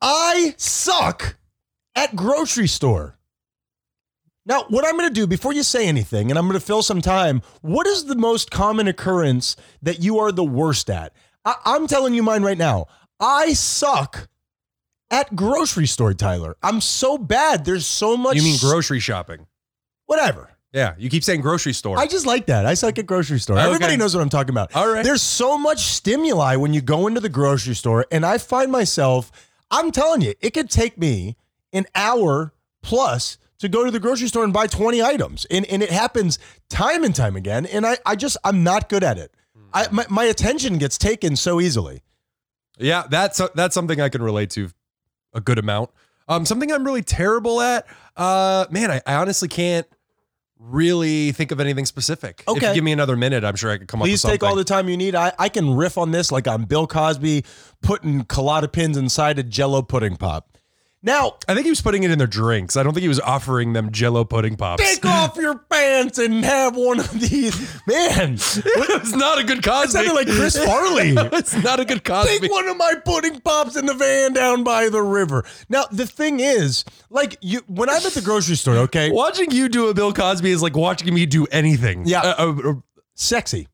I suck at grocery store. Now, what I'm going to do before you say anything, and I'm going to fill some time, what is the most common occurrence that you are the worst at? I- I'm telling you mine right now. I suck at grocery store, Tyler. I'm so bad. There's so much. You mean grocery? grocery shopping? Whatever. Yeah, you keep saying grocery store. I just like that. I suck at grocery store. Okay. Everybody knows what I'm talking about. All right. There's so much stimuli when you go into the grocery store, and I find myself, I'm telling you, it could take me an hour plus to go to the grocery store and buy 20 items. And, and it happens time and time again. And I, I just, I'm not good at it. I, my, my attention gets taken so easily. yeah, that's that's something I can relate to a good amount. Um, something I'm really terrible at. Uh, man, I, I honestly can't really think of anything specific. If Okay. you give me another minute, I'm sure I could come Please up with take all something. the time you need. I, I can riff on this like I'm Bill Cosby putting colada pins inside a jello pudding pop. Now, I think he was putting it in their drinks. I don't think he was offering them Jello pudding pops. take off your pants and have one of these. Man, it it's not a good Cosby. sounded like Chris Farley. it's not a good Cosby. Take one of my pudding pops in the van down by the river. Now the thing is, like you, when I'm at the grocery store, okay, Watching you do a Bill Cosby is like watching me do anything. Yeah. Uh, uh, uh, sexy.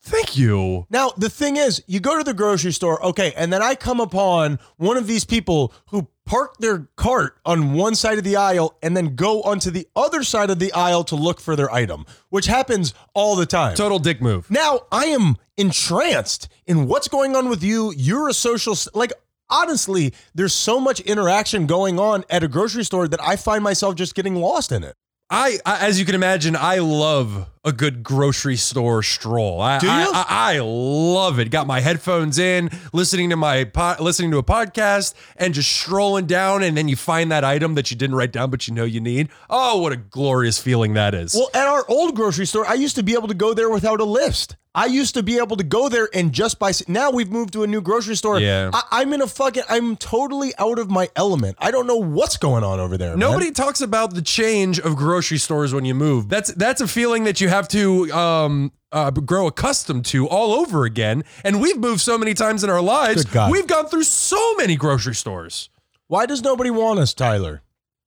thank you. Now the thing is, you go to the grocery store, okay, and then I come upon one of these people who park their cart on one side of the aisle and then go onto the other side of the aisle to look for their item, which happens all the time. Total dick move. Now I am entranced in what's going on with you. You're a social s- like honestly, there's so much interaction going on at a grocery store that I find myself just getting lost in it. I, I as you can imagine, I love a good grocery store stroll. I, Do you? I, I, I love it. Got my headphones in, listening to my po- listening to a podcast, and just strolling down, and then you find that item that you didn't write down, but you know you need. Oh, what a glorious feeling that is! Well, at our old grocery store, I used to be able to go there without a list. I used to be able to go there and just by s- now we've moved to a new grocery store. Yeah. I, I'm in a fucking I'm totally out of my element. I don't know what's going on over there. man. Nobody talks about the change of grocery stores when you move. That's that's a feeling that you have to um, uh, grow accustomed to all over again. And we've moved so many times in our lives. Good God. We've gone through so many grocery stores. Why does nobody want us, Tyler?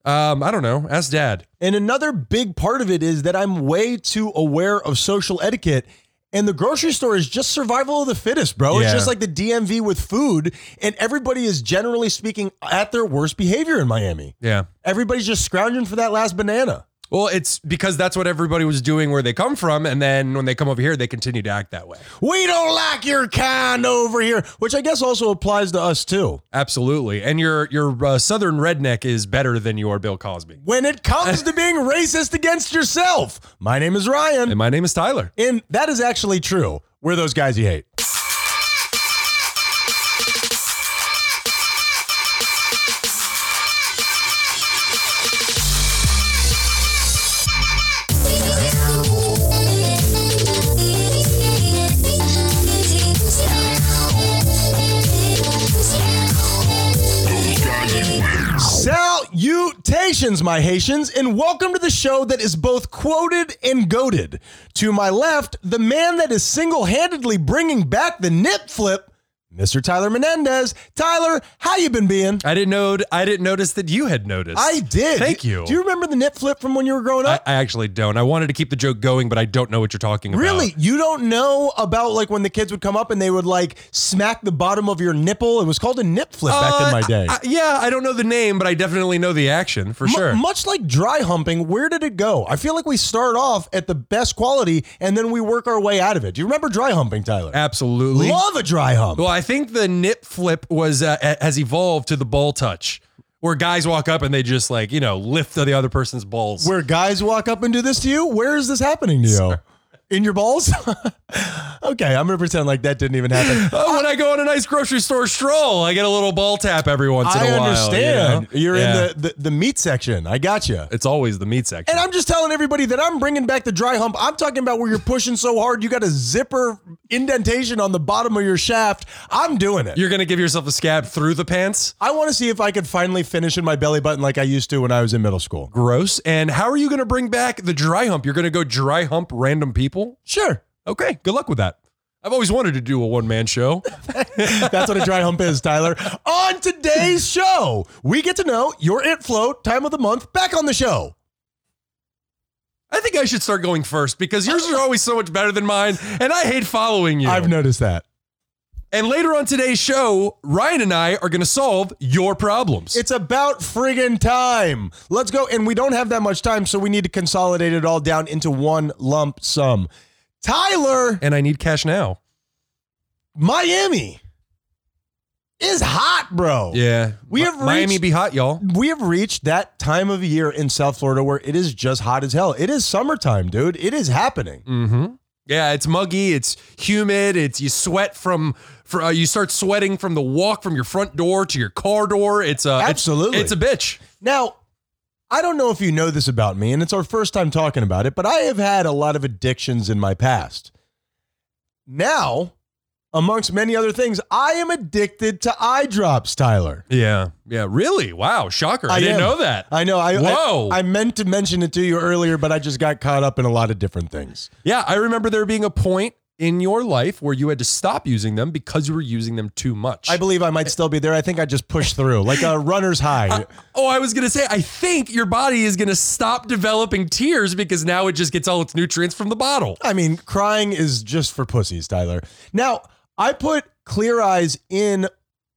Um, I don't know. Ask Dad. And another big part of it is that I'm way too aware of social etiquette. And the grocery store is just survival of the fittest, bro. It's Yeah. just like the DMV with food, and everybody is generally speaking at their worst behavior in Miami. Yeah. Everybody's just scrounging for that last banana. Well, it's because that's what everybody was doing where they come from, and then when they come over here, they continue to act that way. We don't like your kind over here, which I guess also applies to us too. Absolutely. And your your uh, southern redneck is better than your Bill Cosby. When it comes to being racist against yourself, my name is Ryan. And my name is Tyler. And that is actually true. We're those guys you hate. Salutations, my Haitians, and welcome to the show that is both quoted and goaded. To my left, the man that is single handedly bringing back the nip flip, Mr. Tyler Menendez. Tyler, how you been being? I didn't know. I didn't notice that you had noticed. I did. Thank you. Do you remember the nip flip from when you were growing I, uh, up? I actually don't. I wanted to keep the joke going, but I don't know what you're talking about. Really? You don't know about like when the kids would come up and they would like smack the bottom of your nipple? It was called a nip flip back in Uh, my day. I- yeah, I don't know the name, but I definitely know the action for Mu- sure. much like dry humping, where did it go? I feel like we start off at the best quality and then we work our way out of it. Do you remember dry humping, Tyler? Absolutely. Love a dry hump. Well, I think the nip flip was uh, a- has evolved to the ball touch, where guys walk up and they just like you know lift the other person's balls. Where guys walk up and do this to you? Where is this happening to you? In your balls? okay, I'm gonna pretend like that didn't even happen. Oh, when I go on a nice grocery store stroll, I get a little ball tap every once in a I while. understand. You You're in the, the, the meat section. I got you. It's always the meat section. And I'm just telling everybody that I'm bringing back the dry hump. I'm talking about where you're pushing so hard you got a zipper indentation on the bottom of your shaft. I'm doing it. you're gonna give yourself a scab through the pants. I want to see if I could finally finish in my belly button like I used to when I was in middle school. Gross. And how are you gonna bring back the dry hump? You're gonna go dry hump random people? Sure. Okay, good luck with that. I've always wanted to do a one man show. That's what a dry hump is, Tyler. On today's show, we get to know your it float time of the month back on the show. I think I should start going first because yours are always so much better than mine, and I hate following you. I've noticed that. and later on today's show, Ryan and I are going to solve your problems. It's about friggin' time. Let's go. And we don't have that much time, so we need to consolidate it all down into one lump sum. Tyler, and I need cash now. Miami is hot, bro. Yeah. We Mi- have Miami reached- be hot, y'all. We have reached that time of year in South Florida where it is just hot as hell. It is summertime, dude. It is happening. Mm-hmm. Yeah, it's muggy, it's humid, it's you sweat from, fr- uh, you start sweating from the walk from your front door to your car door. It's uh, it's- Absolutely. it's, a bitch. Now, I don't know if you know this about me, and it's our first time talking about it, but I have had a lot of addictions in my past. Now, amongst many other things, I am addicted to eye drops, Tyler. Yeah, yeah, really. Wow, shocker. I, I didn't am. Uh, know that. I know. I, I- Whoa. I, meant to mention it to you earlier, but I just got caught up in a lot of different things. yeah, I remember there being a point in your life where you had to stop using them because you were using them too much. I believe I might still be there. I think I just pushed through like a runner's high. oh, Eh. I was gonna say, I think your body is gonna stop developing tears because now it just gets all its nutrients from the bottle. I mean, crying is just for pussies, Tyler. Now, I put clear eyes in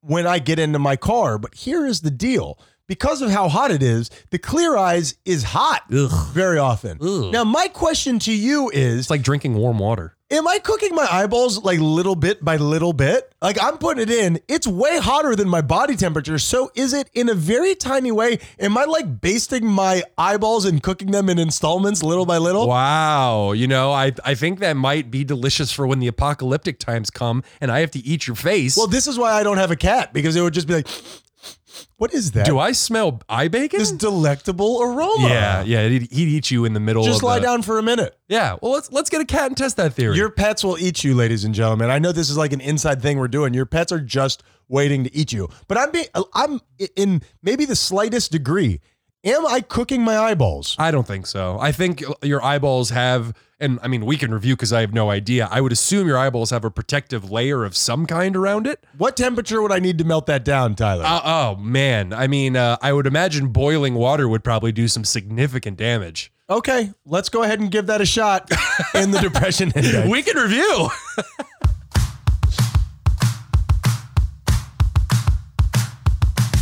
when I get into my car, but here is the deal. Because of how hot it is, the clear eyes is hot Ugh. very often. Ugh. Now, my question to you is It's like drinking warm water. Am I cooking my eyeballs like little bit by little bit? Like I'm putting it in, it's way hotter than my body temperature. So is it in a very tiny way? Am I like basting my eyeballs and cooking them in installments little by little? Wow. You know, I, I think that might be delicious for when the apocalyptic times come and I have to eat your face. Well, this is why I don't have a cat because it would just be like, what is that? do I smell eye bacon? this delectable aroma. yeah, yeah. He'd, he'd eat you in the middle Just of lie the- down for a minute. Yeah. Well, let's let's get a cat and test that theory. Your pets will eat you, ladies and gentlemen. I know this is like an inside thing we're doing. Your pets are just waiting to eat you. But I'm being, I'm in maybe the slightest degree. Am I cooking my eyeballs? I don't think so. I think your eyeballs have, and I mean, we can review because I have no idea. I would assume your eyeballs have a protective layer of some kind around it. What temperature would I need to melt that down, Tyler? Uh, oh man, I mean, uh, I would imagine boiling water would probably do some significant damage. okay, let's go ahead and give that a shot in the depression index. We can review.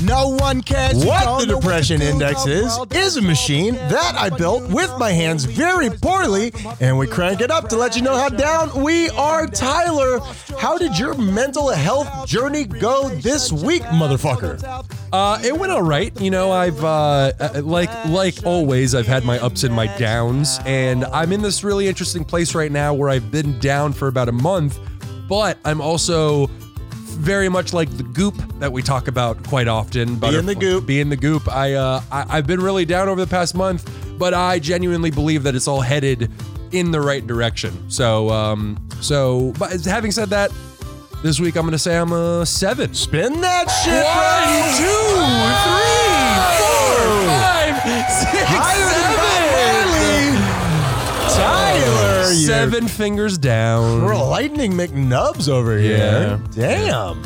No one cares. What the depression index is is a machine that I built with my hands very poorly, and we crank it up to let you know how down we are. Tyler, how did your mental health journey go this week, motherfucker? Uh, it went all right. You know, I've uh, uh, like like always, I've had my ups and my downs, and I'm in this really interesting place right now where I've been down for about a month, but I'm also very much like the goop that we talk about quite often. Be the goop. Be in the goop. I, uh, I I've been really down over the past month, but I genuinely believe that it's all headed in the right direction. So um, so but having said that, this week I'm gonna say I'm a seven. Spin that shit, One, bro. two, three, four, five, six, Higher than Tyler, seven. you're- Seven fingers down. We're lightning McNubs over here. Yeah. Damn.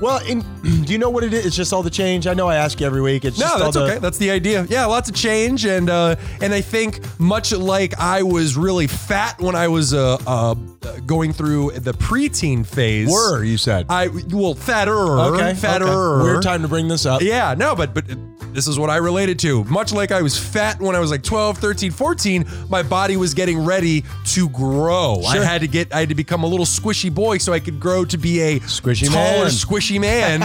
Well, in, do you know what it is? It's just all the change. I know I ask you every week. It's just No, all that's the, okay. That's the idea. Yeah, lots of change, and uh, and I think much like I was really fat when I was uh, uh, going through the preteen phase. Were you said? I well fatter, okay. fatter. okay. Weird time to bring this up. Yeah, no, but but this is what I related to. Much like I was fat when I was like 12, 13, 14, my body was getting ready to grow. I Sure. had to get I had to become a little squishy boy so I could grow to be a Squishy taller, man. squishy man.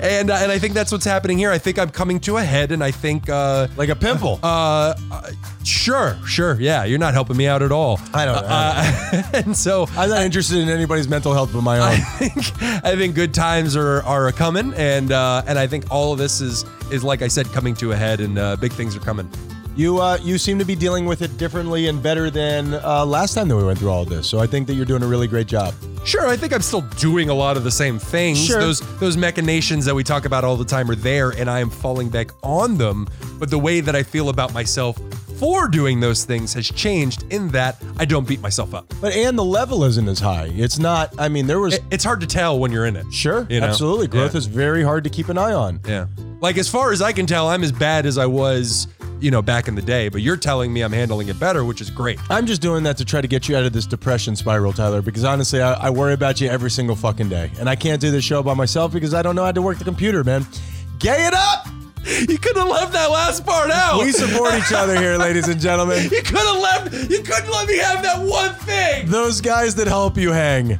and uh, and I think that's what's happening here. I think I'm coming to a head and I think uh Like a pimple. uh, uh, sure, sure, yeah. You're not helping me out at all. I don't know. Uh, and so I'm not interested in anybody's mental health but my own. I think I think good times are are a coming, and uh, and I think all of this is is like I said, coming to a head, and uh, big things are coming. you uh, you seem to be dealing with it differently and better than uh, last time that we went through all of this. So I think that you're doing a really great job. Sure, I think I'm still doing a lot of the same things. Sure. Those those machinations that we talk about all the time are there and I am falling back on them, but the way that I feel about myself for doing those things has changed in that I don't beat myself up. But and the level isn't as high. It's not. I mean, there was It- It's hard to tell when you're in it. sure, You know? absolutely. Growth Yeah. is very hard to keep an eye on. Yeah. Like as far as I can tell, I'm as bad as I was, you know, back in the day, but you're telling me I'm handling it better, which is great. I'm just doing that to try to get you out of this depression spiral, Tyler. Because honestly, I, I worry about you every single fucking day, and I can't do this show by myself because I don't know how to work the computer, man. Gay it up. You could have left that last part out. We support each other here, ladies and gentlemen. You could have left. You couldn't let me have that one thing. Those guys that help you hang.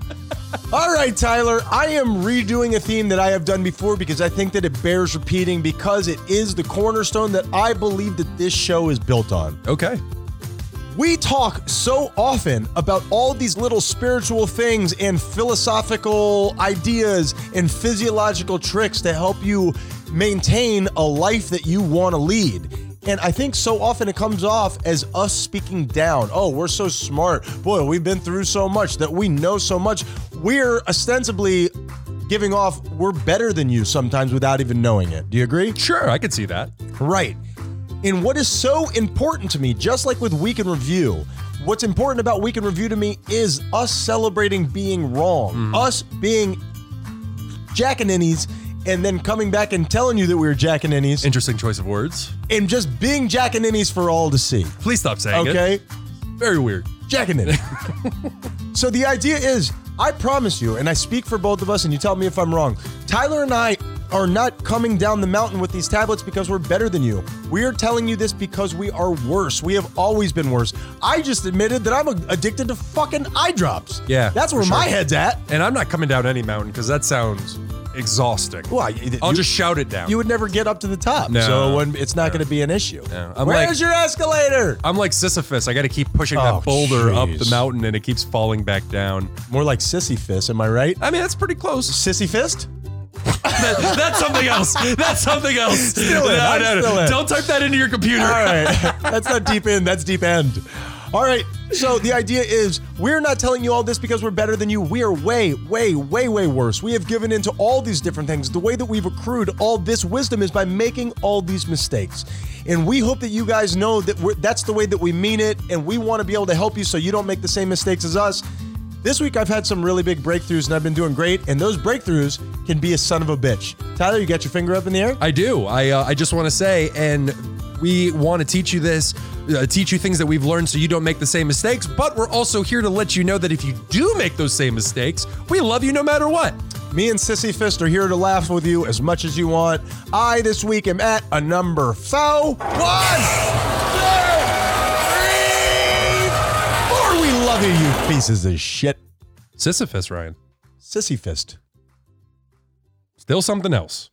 All right, Tyler, I am redoing a theme that I have done before because I think that it bears repeating because it is the cornerstone that I believe that this show is built on. Okay. We talk so often about all these little spiritual things and philosophical ideas and physiological tricks to help you maintain a life that you want to lead. And I think so often it comes off as us speaking down. Oh, we're so smart. Boy, we've been through so much that we know so much. We're ostensibly giving off, we're better than you sometimes without even knowing it. Do you agree? Sure, I could see that. Right. And what is so important to me, just like with Week in Review, what's important about Week in Review to me is us celebrating being wrong, us being jackaninnies, and then coming back and telling you that we were jackaninnies, and, Interesting choice of words. and just being jackaninnies for all to see. Please stop saying it. Okay? Very weird. Jackaninny. so the idea is, I promise you, and I speak for both of us, and you tell me if I'm wrong. Tyler and I are not coming down the mountain with these tablets because we're better than you. We are telling you this because we are worse. We have always been worse. I just admitted that I'm addicted to fucking eye drops. Yeah, that's for where my sure. head's at. And I'm not coming down any mountain because that sounds exhausting. Why? You- I'll just shout it down. You would never get up to the top, No. so when, it's not going to be an issue. No. I'm Where's like- your escalator? I'm like Sisyphus. I got to keep pushing Oh, that boulder up jeez. the mountain, and it keeps falling back down. More like sissy fist, am I right? I mean, that's pretty close. Sissy fist? That- that's something else. That's something else. Still in. I'm still in. Don't type that into your computer. All right. That's not deep in, that's deep end. All right. So the idea is we're not telling you all this because we're better than you. We are way, way, way, way worse. We have given into all these different things. The way that we've accrued all this wisdom is by making all these mistakes. And we hope that you guys know that we're, that's the way that we mean it. And we want to be able to help you so you don't make the same mistakes as us. This week, I've had some really big breakthroughs and I've been doing great. And those breakthroughs can be a son of a bitch. Tyler, you got your finger up in the air? I do. I uh, I just want to say, and we want to teach you this, uh, teach you things that we've learned so you don't make the same mistakes. But we're also here to let you know that if you do make those same mistakes, we love you no matter what. Me and Sissy Fist are here to laugh with you as much as you want. I this week am at a number four. One, two, three, four. We love you, you pieces of shit. Sisyphus, Ryan, Sissy Fist. still something else.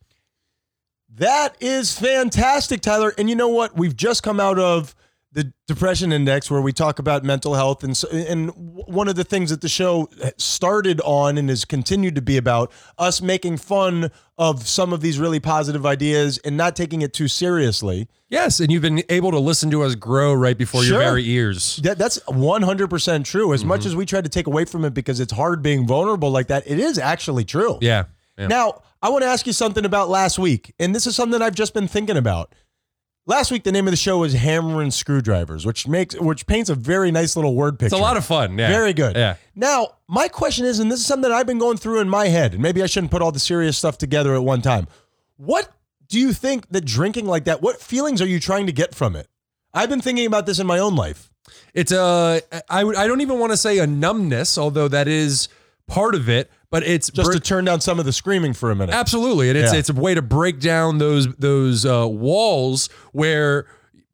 That is fantastic, Tyler. And you know what? We've just come out of the depression index where we talk about mental health and so, and one of the things that the show started on and has continued to be about us making fun of some of these really positive ideas and not taking it too seriously. Yes, and you've been able to listen to us grow right before Sure. your very ears. That, that's 100% true. As much as we try to take away from it because it's hard being vulnerable like that, it is actually true. Yeah. yeah. Now, I want to ask you something about last week, and this is something I've just been thinking about. Last week, the name of the show was Hammer and Screwdrivers, which makes which paints a very nice little word picture. it's a lot of fun. Yeah. Very good. Yeah. Now, my question is, and this is something I've been going through in my head, and maybe I shouldn't put all the serious stuff together at one time. What do you think that drinking like that? What feelings are you trying to get from it? I've been thinking about this in my own life. It's a I would I don't even want to say a numbness, although that is part of it, but it's just br- to turn down some of the screaming for a minute. Absolutely, and it's Yeah. it's a way to break down those those uh, walls where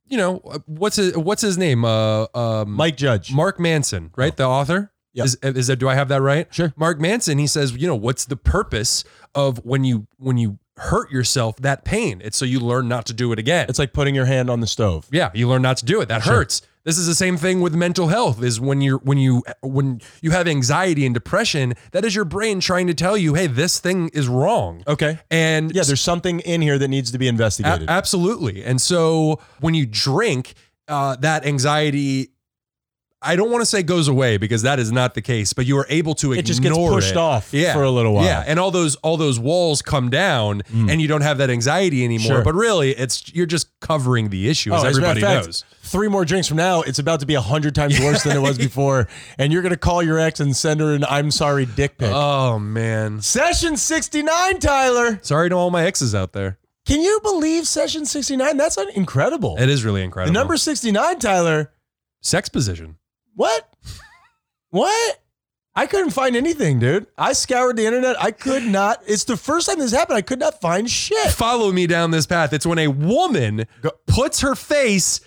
you know uh, what's his, what's his name? Uh, um, Mike Judge. Mark Manson, right? The author. Yeah. Is, is that do I have that right? Sure. Mark Manson. He says, you know, what's the purpose of when you when you hurt yourself that pain? It's so you learn not to do it again. It's like putting your hand on the stove. Yeah, you learn not to do it. That hurts. This is the same thing with mental health is when you're when you when you have anxiety and depression, that is your brain trying to tell you, hey, this thing is wrong. Okay. And Yeah, there's something in here that needs to be investigated. a- absolutely. And so when you drink, uh, that anxiety I don't want to say goes away because that is not the case, but you are able to ignore It just gets pushed it. off Yeah. for a little while. Mm. Yeah, and all those all those walls come down, and you don't have that anxiety anymore. Sure. But really, it's you're just covering the issue, as Oh, a matter of everybody fact, knows. Three more drinks from now, it's about to be a hundred times worse than it was before, and you're gonna call your ex and send her an "I'm sorry" dick pic. Oh man, session sixty nine, Tyler. sorry to all my exes out there. Can you believe session sixty nine? That's un- incredible. It is really The incredible. number sixty nine, Tyler. sex position. What? what? I couldn't find anything, dude. I scoured the internet. I could not. It's the first time this happened. I could not find shit. Follow me down this path. It's when a woman Go- puts her face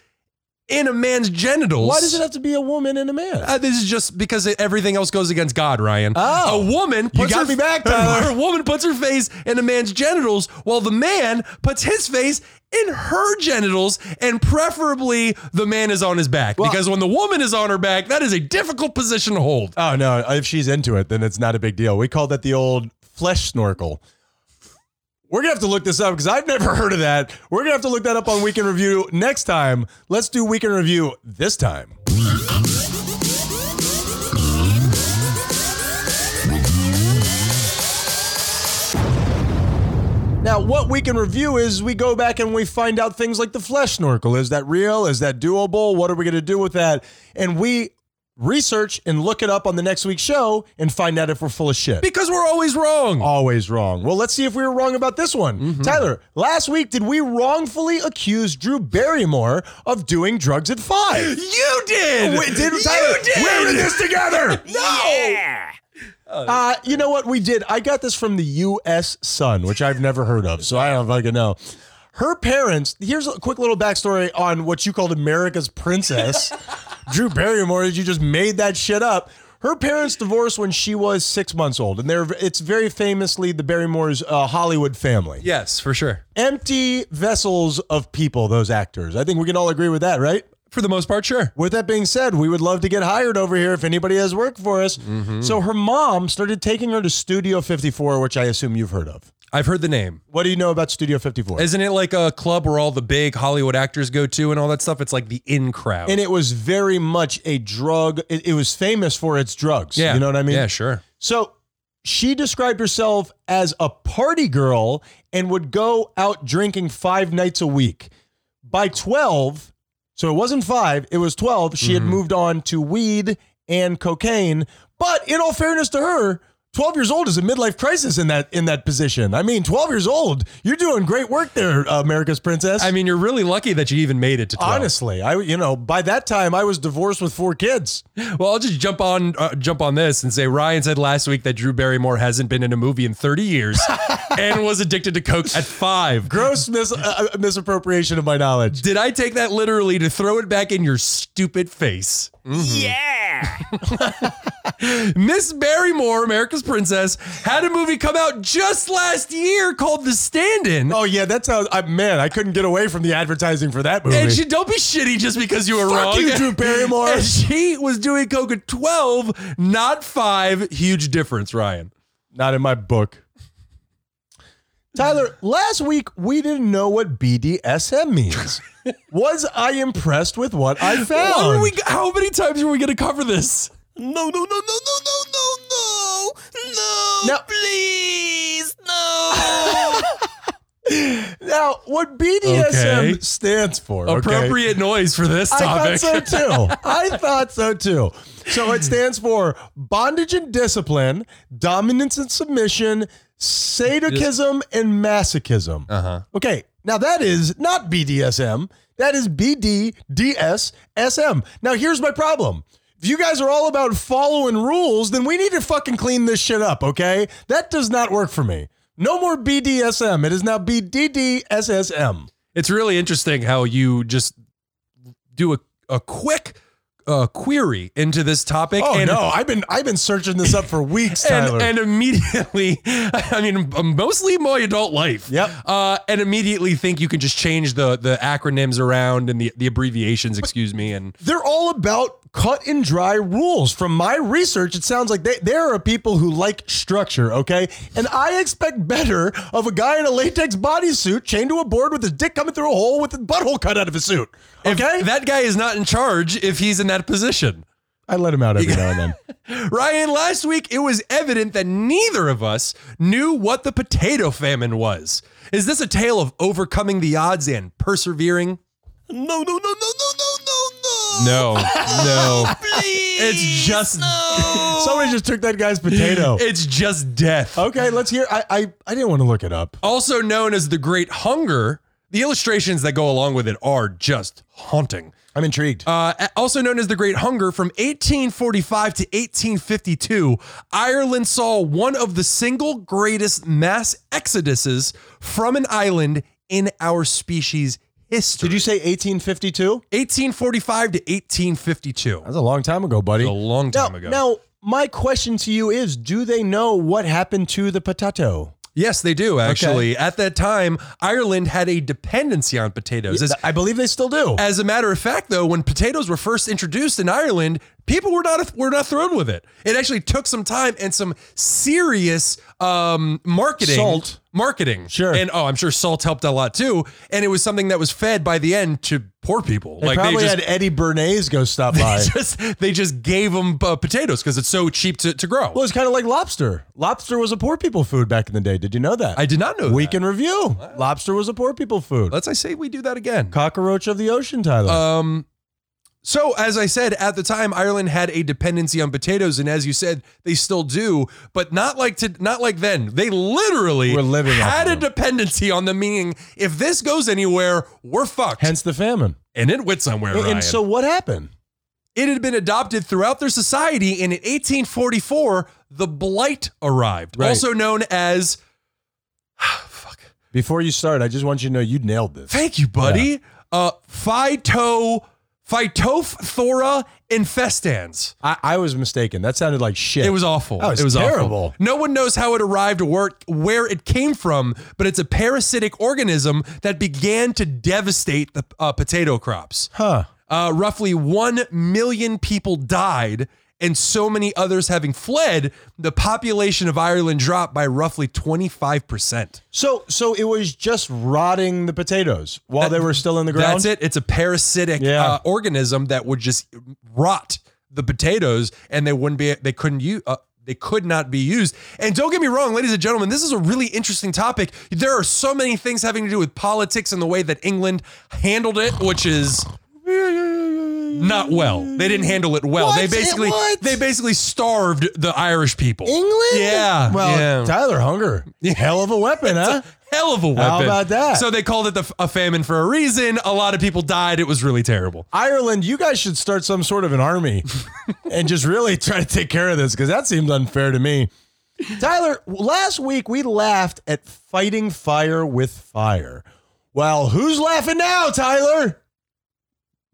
in a man's genitals. Why does it have to be a woman and a man? Uh, this is just because it, everything else goes against God, Ryan. Oh. a woman puts You got her, me back, Tyler. A woman puts her face in a man's genitals, while the man puts his face in her genitals, and preferably the man is on his back because when the woman is on her back, that is a difficult position to hold. Oh no, if she's into it, then it's not a big deal. We call that the old flesh snorkel. We're gonna have to look this up because I've never heard of that. We're gonna have to look that up on Weekend Review next time. Let's do Weekend Review this time. Now, what we can review is we go back and we find out things like the flesh snorkel. Is that real? Is that doable? What are we going to do with that? And we research and look it up on the next week's show and find out if we're full of shit. Because we're always wrong. Always wrong. Well, let's see if we were wrong about this one. Mm-hmm. Tyler, last week, did we wrongfully accuse Drew Barrymore of doing drugs at five? you did. Wait, did, you Tyler, did. We're in this together. no. Uh, you know what we did? I got this from the U.S. Sun, which I've never heard of, so I don't fucking know. Her parents. Here's a quick little backstory on what you called America's princess, Drew Barrymore. You just made that shit up. Her parents divorced when she was six months old, and they're it's very famously the Barrymore's uh, Hollywood family. Yes, for sure. Empty vessels of people, those actors. I think we can all agree with that, right? For the most part, sure. With that being said, we would love to get hired over here if anybody has work for us. So her mom started taking her to Studio 54, which I assume you've heard of. I've heard the name. What do you know about Studio 54? Isn't it like a club where all the big Hollywood actors go to and all that stuff? It's like the in crowd. and it was very much a drug. It, it was famous for its drugs. You know what I mean? Yeah, sure. So she described herself as a party girl and would go out drinking five nights a week. By 12, so it wasn't five, it was 12, she Mm-hmm. had moved on to weed and cocaine. But in all fairness to her, 12 years old is a midlife crisis in that in that position. I mean, 12 years old, you're doing great work there, America's princess. I mean, you're really lucky that you even made it to 12. honestly, I you know, by that time I was divorced with four kids. Well, I'll just jump on uh, jump on this and say Ryan said last week that Drew Barrymore hasn't been in a movie in 30 years and was addicted to coke at 5. Gross mis- uh, uh, misappropriation of my knowledge. Did I take that literally to throw it back in your stupid face? Yeah. Miss Barrymore, America's Princess, had a movie come out just last year called The Stand-In. Oh yeah, that's how. I, man, I couldn't get away from the advertising for that movie. And she don't be shitty just because you were Fuck wrong. you, Drew Barrymore. And she was doing coke at 12, not 5. Huge difference, Ryan. Not in my book. Tyler, last week we didn't know what BDSM means. Was I impressed with what I How, are found? we, how many times are we going to cover this? No, no, no, no, no, no, no, no, no, No. please, no. now, what BDSM Okay. stands for? okay? Appropriate noise for this I topic. thought so too. I thought so too. So it stands for bondage and discipline, dominance and submission, sadism and masochism. Uh-huh. Okay, now that is not BDSM. That is BDDSSM. Now here's my problem. If you guys are all about following rules, then we need to fucking clean this shit up, okay? That does not work for me. No more BDSM. It is now BDDSSM. It's really interesting how you just do a, a quick uh, query into this topic. Oh and no, I've been I've been searching this up for weeks, Tyler. and, and immediately, I mean, mostly my adult life. Yep. Uh, and immediately think you can just change the the acronyms around and the, the abbreviations, excuse me. And they're all about cut and dry rules. From my research, it sounds like they, there are people who like structure, okay? And I expect better of a guy in a latex bodysuit chained to a board with his dick coming through a hole with his butthole cut out of his suit, okay? that guy is not in charge if he's in that position. I let him out every now and then. Ryan, last week it was evident that neither of us knew what the potato famine was. Is this a tale of overcoming the odds and persevering? No, no, no, no, no, no, no, no. No, no. Please. It's just- no. Somebody just took that guy's potato. It's just death. Okay, let's hear. I I, I didn't want to look it up. Also known as the Great Hunger, the illustrations that go along with it are just haunting. I'm intrigued. Uh, also known as the Great Hunger, from 1845 to 1852, Ireland saw one of the single greatest mass exoduses from an island in our species history. Did you say 1852? 1845 to 1852? That's a long time ago, buddy. A long time now, ago. Now, my question to you is: Do they know what happened to the potato? yes, they do actually. At that time, Ireland had a dependency on potatoes. As, I believe they still do. As a matter of fact, though, when potatoes were first introduced in Ireland, people were not were not thrilled with it. It actually took some time and some serious um, marketing. Salt. Marketing. Sure. And oh, I'm sure salt helped a lot too. And it was something that was fed by the end to poor people. They probably just, had Eddie Bernays go stop by. they just they just gave them uh, potatoes because it's so cheap to, to grow. well, it's kind of like lobster. Lobster was a poor people food back in the day. Did you know that? I did not know Week that. in review. Lobster was a poor people food. Let's I say we do that again. Cockroach of the ocean, Tyler. Um, so as I said at the time, Ireland had a dependency on potatoes, and as you said, they still do, but not like to not like then. They literally We're living off had of a them. dependency on them. Meaning, if this goes anywhere, we're fucked. Hence the famine. and it went somewhere. And- Ryan. and so, what happened? it had been adopted throughout their society, and in 1844, the blight arrived, Right. also known as. Before you start, I just want you to know you nailed this. Thank you, buddy. Uh, phyto, phytophthora infestans. I, I was mistaken. That sounded like shit. It was awful. That was it was Awful. terrible. No one knows how it arrived or where- where it came from, but it's a parasitic organism that began to devastate the uh, potato crops. Huh. Uh, roughly 1 million people died, and so many others having fled, the population of Ireland dropped by roughly 25%. So so it was just rotting the potatoes while they were still in the ground. That's it. It's a parasitic Yeah. uh, organism that would just rot the potatoes, and they wouldn't be. They couldn't use. Uh, they could not be used. And don't get me wrong, ladies and gentlemen, this is a really interesting topic. There are so many things having to do with politics and the way that England handled it, which is not well. They didn't handle it well. What? They It- basically what? they basically starved the Irish people. England? Yeah. Well, yeah. Tyler Hunger. Hell of a weapon, huh? Hell of a weapon. about that? So they called it the, a famine for a reason. A lot of people died. It was really terrible. Ireland, you guys should start some sort of an army and just really try to take care of this because that seems unfair to me. Tyler, last week we laughed at fighting fire with fire. Well, who's laughing now, Tyler?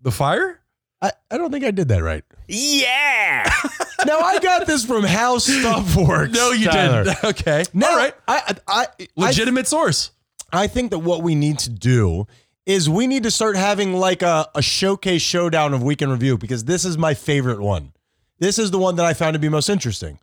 The fire? I, I don't think I did that right. Yeah. Now I got this from How Stuff Works. No, you Tyler. didn't. Okay. Now, All right. I, I, I, I Legitimate source. I think that what we need to do is we need to start having like a, a showcase showdown of weekend review because this is my favorite one. This is the one that I found to be most interesting.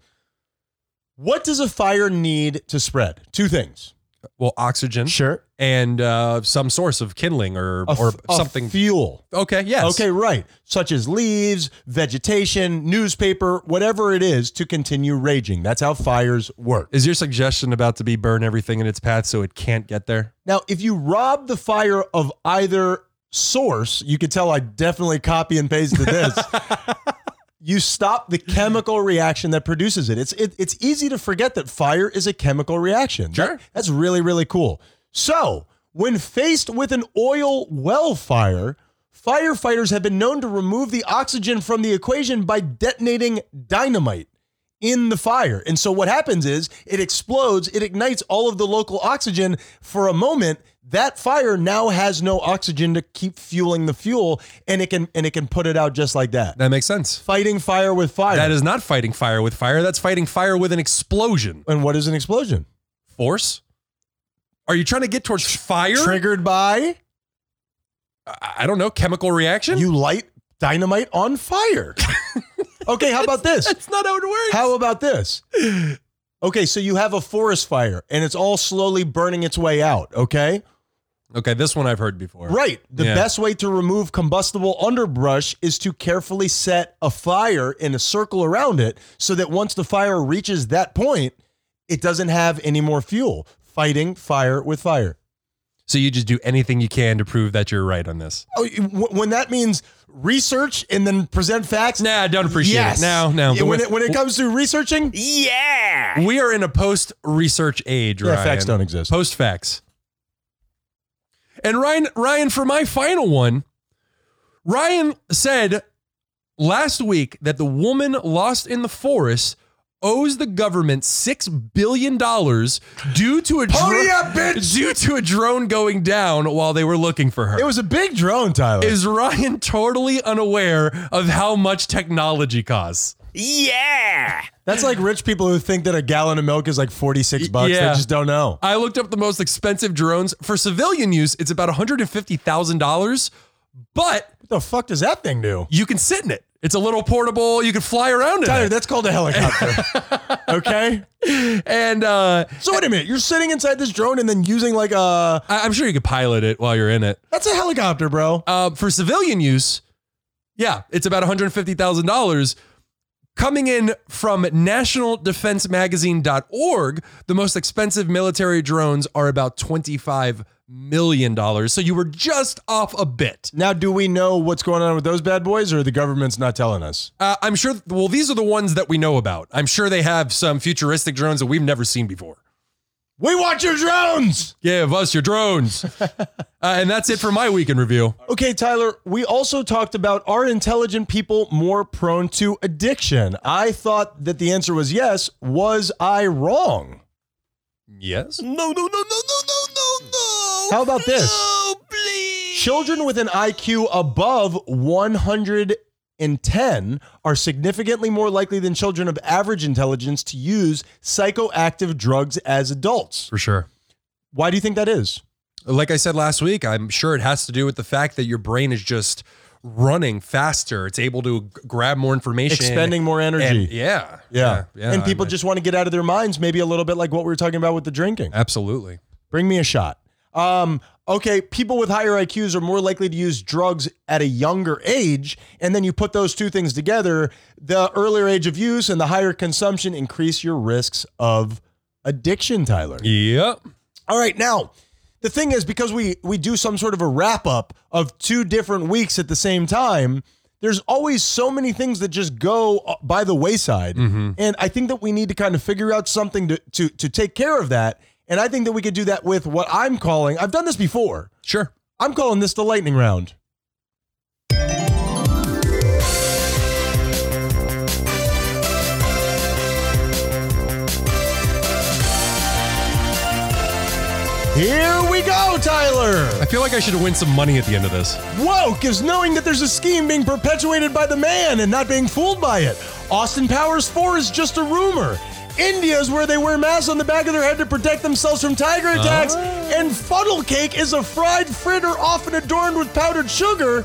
What does a fire need to spread? Two things. Well, oxygen Sure. and uh, some source of kindling or A f- or a something. fuel. okay. Yes. Okay, right. Such as leaves, vegetation, newspaper, whatever it is to continue raging. That's how fires work. Is your suggestion about to be burn everything in its path so it can't get there? Now, if you rob the fire of either source, you could tell I definitely copy and pasted this. you stop the chemical reaction that produces it. It's it, it's easy to forget that fire is a chemical reaction. That- Sure. that's really really cool. So, when faced with an oil well fire, firefighters have been known to remove the oxygen from the equation by detonating dynamite in the fire. And so what happens is it explodes, it ignites all of the local oxygen for a moment. That fire now has no oxygen to keep fueling the fuel and it can and it can put it out just like that. That makes sense. Fighting fire with fire. That is not fighting fire with fire. That's fighting fire with an explosion. and what is an explosion? Force? Are you trying to get towards fire? Triggered by I I don't know. Chemical reaction? you light dynamite on fire. okay, how about this? That's not how it works. How about this? Okay, so you have a forest fire and it's all slowly burning its way out, okay? Okay, this one I've heard before. Right. The Yeah. best way to remove combustible underbrush is to carefully set a fire in a circle around it so that once the fire reaches that point, it doesn't have any more fuel. Fighting fire with fire. So you just do anything you can to prove that you're right on this. Oh, you- wh- when that means research and then present facts. Nah, I don't appreciate yes. it. No, no. Yeah, When it, when it comes to researching, Yeah. we are in a post research age, yeah, Ryan. facts don't exist. Post facts. And Ryan, Ryan, for my final one, Ryan said last week that the woman lost in the forest owes the government six billion dollars due to a Pony dro- up, bitch! due to a drone going down while they were looking for her. It was a big drone, Tyler. Is Ryan totally unaware of how much technology costs? Yeah. That's like rich people who think that a gallon of milk is like 46 bucks. Yeah. They just don't know. I looked up the most expensive drones for civilian use. It's about one hundred and fifty thousand dollars, but What the fuck does that thing do? you can sit in it. It's a little portable. You can fly around in Tyler, it. that's called a helicopter. okay? And uh, So wait a minute. You're sitting inside this drone and then using like a I- I'm sure you could pilot it while you're in it. that's a helicopter, bro. Uh, for civilian use, yeah, it's about one hundred fifty thousand dollars. Coming in from nationaldefensemagazine.org, the most expensive military drones are about $25 million. So you were just off a bit. Now, do we know what's going on with those bad boys, or the government's not telling us? Uh, I'm sure. Well, these are the ones that we know about. I'm sure they have some futuristic drones that we've never seen before. We want your drones. Give us your drones. uh, and that's it for my week in review. Okay, Tyler. We also talked about are intelligent people more prone to addiction? I thought that the answer was yes. Was I wrong? Yes. No, no, no, no, no, no, no, no. How about this? No, please. Children with an IQ above 110 are significantly more likely than children of average intelligence to use psychoactive drugs as adults. For sure. Why do you think that is? Like I said last week, I'm sure it has to do with the fact that your brain is just running faster. It's able to g- grab more information. Expending more energy. And, yeah, yeah. Yeah. And people I mean, just want to get out of their minds, maybe a little bit like what we were talking about with the drinking. Absolutely. Bring me a shot. Um, okay, people with higher IQs are more likely to use drugs at a younger age. And then you put those two things together the earlier age of use and the higher consumption increase your risks of addiction, Tyler. Yep. All right, now. The thing is, because we we do some sort of a wrap up of two different weeks at the same time, there's always so many things that just go uh, by the wayside, and I think that we need to kind of figure out something to to to take care of that. And I think that we could do that with what I'm calling. I've done this before. Sure. I'm calling this the lightning round. Here we go, Tyler. I feel like I should win some money at the end of this. Woke is knowing that there's a scheme being perpetuated by the man and not being fooled by it. Austin Powers 4 is just a rumor. India is where they wear masks on the back of their head to protect themselves from tiger attacks. Ah. And funnel cake is a fried fritter often adorned with powdered sugar.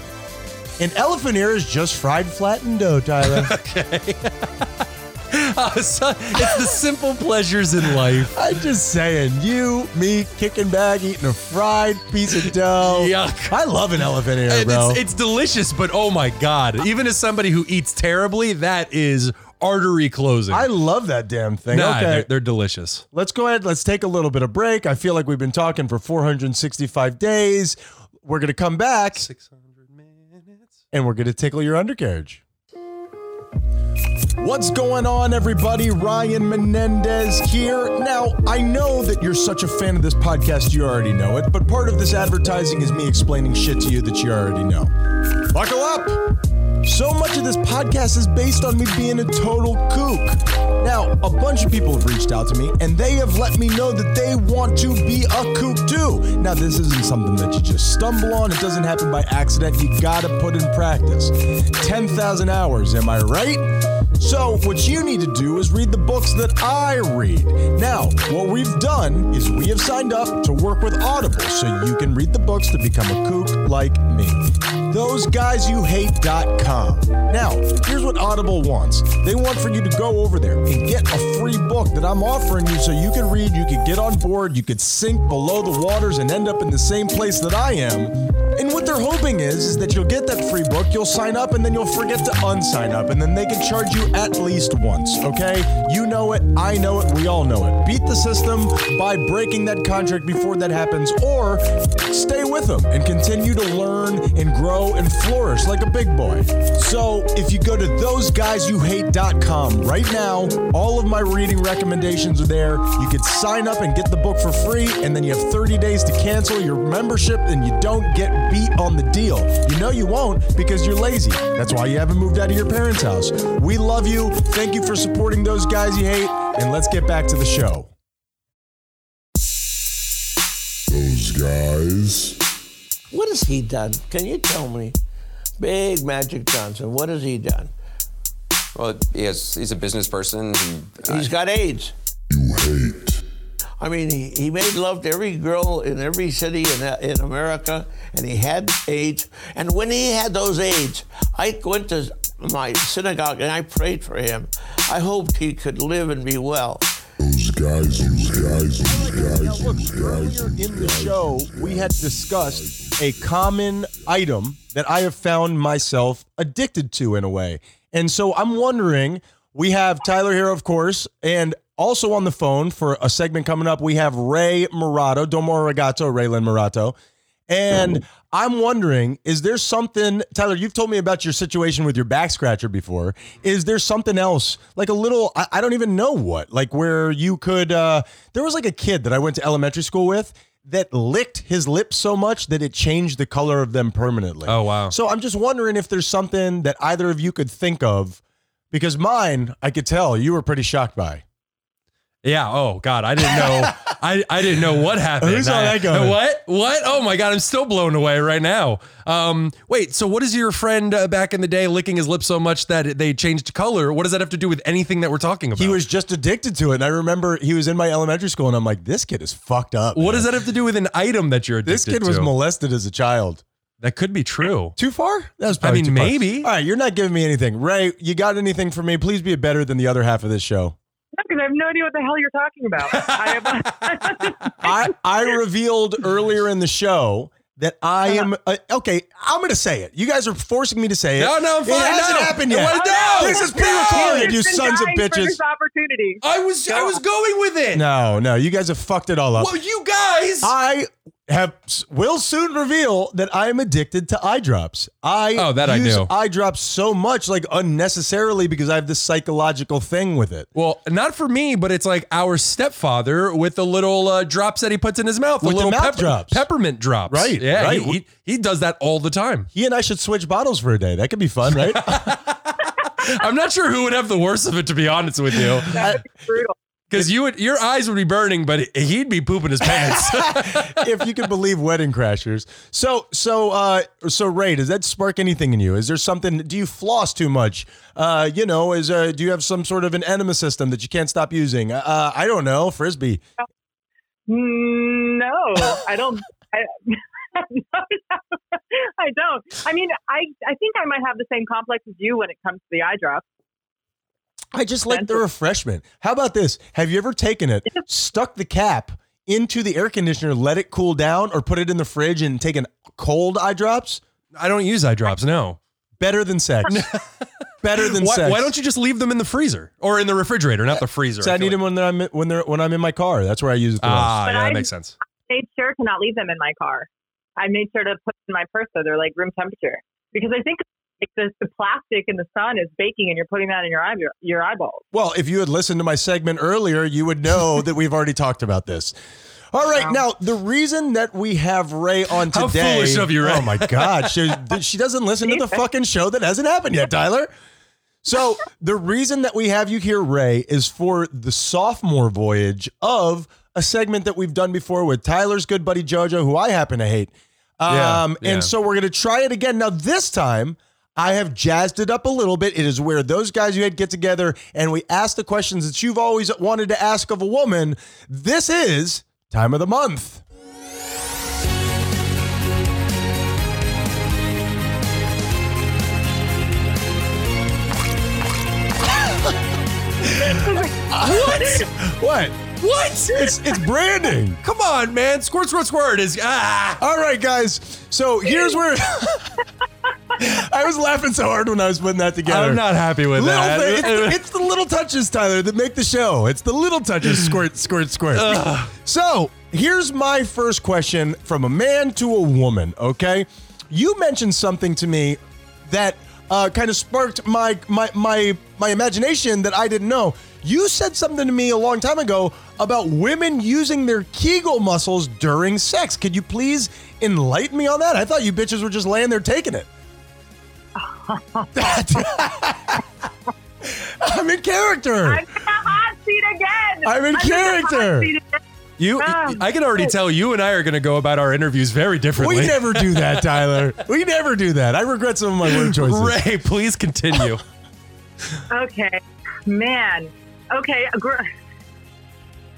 And elephant ear is just fried flattened dough, Tyler. So- it's the simple pleasures in life. I'm just saying, you, me, kicking back, eating a fried piece of dough. Yuck. I love an elephant ear, And bro. It's, it's delicious, but oh my god! Even as somebody who eats terribly, that is artery closing. I love that damn thing. Nah, okay. they're, they're delicious. let's go ahead. Let's take a little bit of break. I feel like we've been talking for 465 days. We're going to come back Six hundred minutes. and we're going to tickle your undercarriage. What's going on, everybody? Ryan Menendez here. Now, I know that you're such a fan of this podcast, you already know it, but part of this advertising is me explaining shit to you that you already know. Buckle up! So much of this podcast is based on me being a total kook. Now, a bunch of people have reached out to me and they have let me know that they want to be a kook too. Now, this isn't something that you just stumble on, it doesn't happen by accident. You gotta put in practice. 10,000 hours, am I right? So, what you need to do is read the books that I read. Now, what we've done is we have signed up to work with Audible so you can read the books to become a kook like me. thoseguysyouhate.com. Now, here's what Audible wants they want for you to go over there and get a free book that I'm offering you so you can read, you can get on board, you could sink below the waters and end up in the same place that I am. And what they're hoping is, is that you'll get that free book, you'll sign up, and then you'll forget to unsign up, and then they can charge you at least once, okay? You know it, I know it, we all know it. Beat the system by breaking that contract before that happens, or stay with them and continue to learn and grow and flourish like a big boy. So if you go to thoseguysyouhate.com right now, all of my reading recommendations are there. You could sign up and get the book for free, and then you have 30 days to cancel your membership, and you don't get beat on the deal. You know you won't because you're lazy. That's why you haven't moved out of your parents' house. We love you. Thank you for supporting those guys you hate, and let's get back to the show. Those guys. What has he done? Can you tell me? Big Magic Johnson, what has he done? Well, he has, he's a business person. He, He's got AIDS. You hate. I mean, he, he made love to every girl in every city in, in America, and he had AIDS. And when he had those AIDS, I went to my synagogue and I prayed for him. I hoped he could live and be well. Those guys. Those guys. Those Now, guys. look, Those guys. earlier in the show, we had discussed a common item that I have found myself addicted to in a way. And so I'm wondering we have Tyler here, of course, and also on the phone for a segment coming up, we have Ray Murato, Domo Regato, Raylan Murato. And I'm wondering, is there something, Tyler, you've told me about your situation with your back scratcher before. Is there something else, like a little, I, I don't even know what, like where you could, uh, there was like a kid that I went to elementary school with that licked his lips so much that it changed the color of them permanently. Oh, wow. So I'm just wondering if there's something that either of you could think of, because mine, I could tell you were pretty shocked by. Yeah. Oh God, I didn't know. I, I didn't know what happened. Who saw I- that going? What? What? Oh my God, I'm still blown away right now. Um, wait. So what is your friend uh, back in the day licking his lips so much that they changed color? What does that have to do with anything that we're talking about? He was just addicted to it. And I remember he was in my elementary school and I'm like, this kid is fucked up. What man. does that have to do with an item that you're addicted This kid to? was molested as a child. that could be true. Too far? That was I probably too mean, far. maybe. All right, you're not giving me anything. Ray, you got anything for me? Please be better than the other half of this show. because I have no idea what the hell you're talking about. I have, I, I revealed earlier in the show that I am uh, okay. I'm going to say it. You guys are forcing me to say it. No, no, I'm It fine, hasn't no. happened I yet. wanna know. This is No. pre-recorded, you I've been sons of dying For bitches. this opportunity. I was I was going with it. No, no, you guys have fucked it all up. Well, you guys. I have will soon reveal that I am addicted to eye drops. I Oh, that I use knew. eye drops so much, like unnecessarily, because I have this psychological thing with it. well, not for me, but it's like our stepfather with the little uh, drops that he puts in his mouth, With the little mouth drops. peppermint drops. Right, Yeah. right. He, he, he does that all the time. He and I should switch bottles for a day. That could be fun, right? I'm not sure who would have the worst of it, to be honest with you, That was brutal. because you would your eyes would be burning, but he'd be pooping his pants. if you could believe Wedding Crashers. So, so, uh, so, Ray, does that spark anything in you? Is there something? Do you floss too much? Uh, you know, is uh, do you have some sort of an enema system that you can't stop using? Uh, I don't know, frisbee. No, I don't. I, I don't. I mean, I I think I might have the same complex as you when it comes to the eye drops. I just like the refreshment. How about this? Have you ever taken it, stuck the cap into the air conditioner, let it cool down, or put it in the fridge and taken cold eye drops? I don't use eye drops. No. Better than sex. Better than Why, sex. why don't you just leave them in the freezer or in the refrigerator, not the freezer? So I feel need them like- when I'm when they're when I'm in my car. That's where I use it. the most. Ah, But yeah, that I'm- makes sense. made sure to not leave them in my car. I made sure to put them in my purse so they're like room temperature because I think like the, the plastic in the sun is baking and you're putting that in your eye your eyeballs. Well, if you had listened to my segment earlier, you would know that we've already talked about this. All right, now the reason that we have Ray on How today. foolish of you, Ray. Oh my God, she, she doesn't listen to the fucking show that hasn't happened yet, Tyler. So the reason that we have you here, Ray, is for the sophomore voyage of a segment that we've done before with Tyler's good buddy JoJo, who I happen to hate. Yeah, Um, yeah. And so we're going to try it again. Now, this time, I have jazzed it up a little bit. It is where those guys you had get together and we ask the questions that you've always wanted to ask of a woman. This is time of the month. What? What? It's it's branding. Come on, man. Squirt, squirt, squirt is ah. All right, guys. So here's where I was laughing so hard when I was putting that together. I'm not happy with Little that. thing, it's, the, it's the little touches, Tyler, that make the show. It's the little touches, squirt, squirt, squirt. so here's my first question from a man to a woman. Okay, you mentioned something to me that uh, kind of sparked my my my my imagination that I didn't know. You said something to me a long time ago about women using their Kegel muscles during sex. Could you please enlighten me on that? I thought you bitches were just laying there taking it. I'm in character. I'm in the hot seat again. I'm in the hot character. seat again. you, Um, I can already tell you and I are going to go about our interviews very differently. We never do that, Tyler. we never do that. I regret some of my word choices. Ray, please continue. Okay, man. Okay, gr-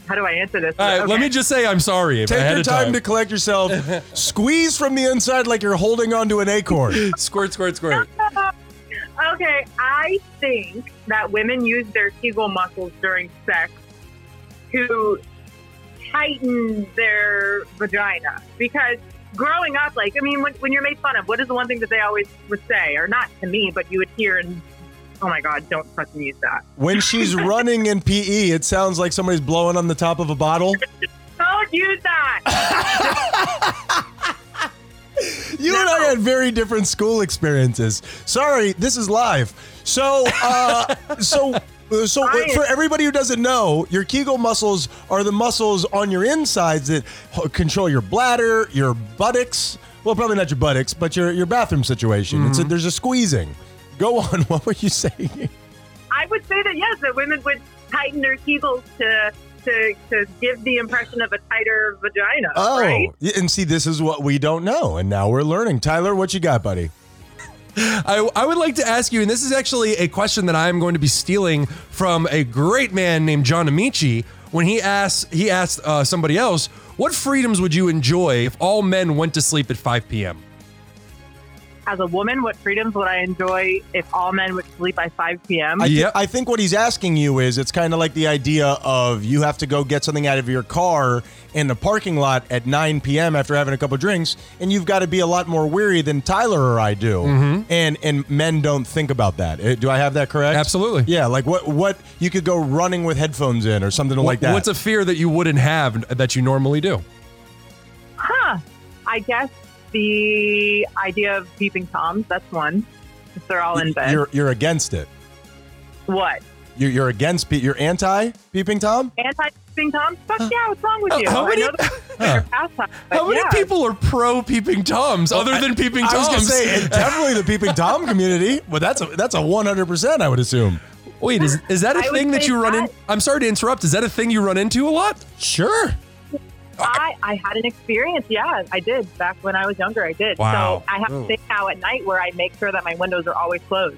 how do I answer this? All right, okay. let me just say I'm sorry if Take ahead your of time, time. to collect yourself. Squeeze from the inside like you're holding onto an acorn. squirt, squirt, squirt. Okay, I think that women use their Kegel muscles during sex to tighten their vagina because growing up, like, I mean, when, when you're made fun of, what is the one thing that they always would say, or not to me, but you would hear and, oh my God, don't fucking use that. When she's running in PE, it sounds like somebody's blowing on the top of a bottle. Don't use that. You and I had very different school experiences. Sorry, this is live. So, uh, so, uh, so Brian. for everybody who doesn't know, your Kegel muscles are the muscles on your insides that h- control your bladder, your buttocks. Well, probably not your buttocks, but your your bathroom situation. It's a, there's a squeezing. Go on. What were you saying? I would say that, yes, that women would tighten their Kegels to, to, to give the impression of a tighter vagina. Oh, right? yeah, and see, this is what we don't know, and now we're learning. Tyler, what you got, buddy? I, I would like to ask you, and this is actually a question that I am going to be stealing from a great man named John Amici. When he asked, he asked uh, somebody else, "What freedoms would you enjoy if all men went to sleep at 5 p.m.?" as a woman, what freedoms would I enjoy if all men would sleep by 5 p.m.? I, thi- Yep. I think what he's asking you is it's kind of like the idea of you have to go get something out of your car in the parking lot at 9 p.m. after having a couple drinks, and you've got to be a lot more weary than Tyler or I do. Mm-hmm. And and men don't think about that. Uh, Do I have that correct? Absolutely. Yeah, like what what you could go running with headphones in or something like that. What's a fear that you wouldn't have that you normally do? Huh. I guess the idea of peeping toms, that's one. If they're all in bed. You're you're against it. what? You're, you're against. pe- You're anti peeping tom. Anti peeping toms? Fuck yeah, what's wrong with you? Uh, how many- I know that's your pastime, but How many yeah. people are pro peeping toms other than peeping I was toms? gonna say and definitely the peeping tom community, but that's a that's a 100. percent I would assume. Wait, is, is that a I would thing that say you run in? that- I'm sorry to interrupt. Is that a thing you run into a lot? Sure. I, I had an experience, yeah, I did. Back when I was younger, I did. Wow. So I have a thing now at night where I make sure that my windows are always closed.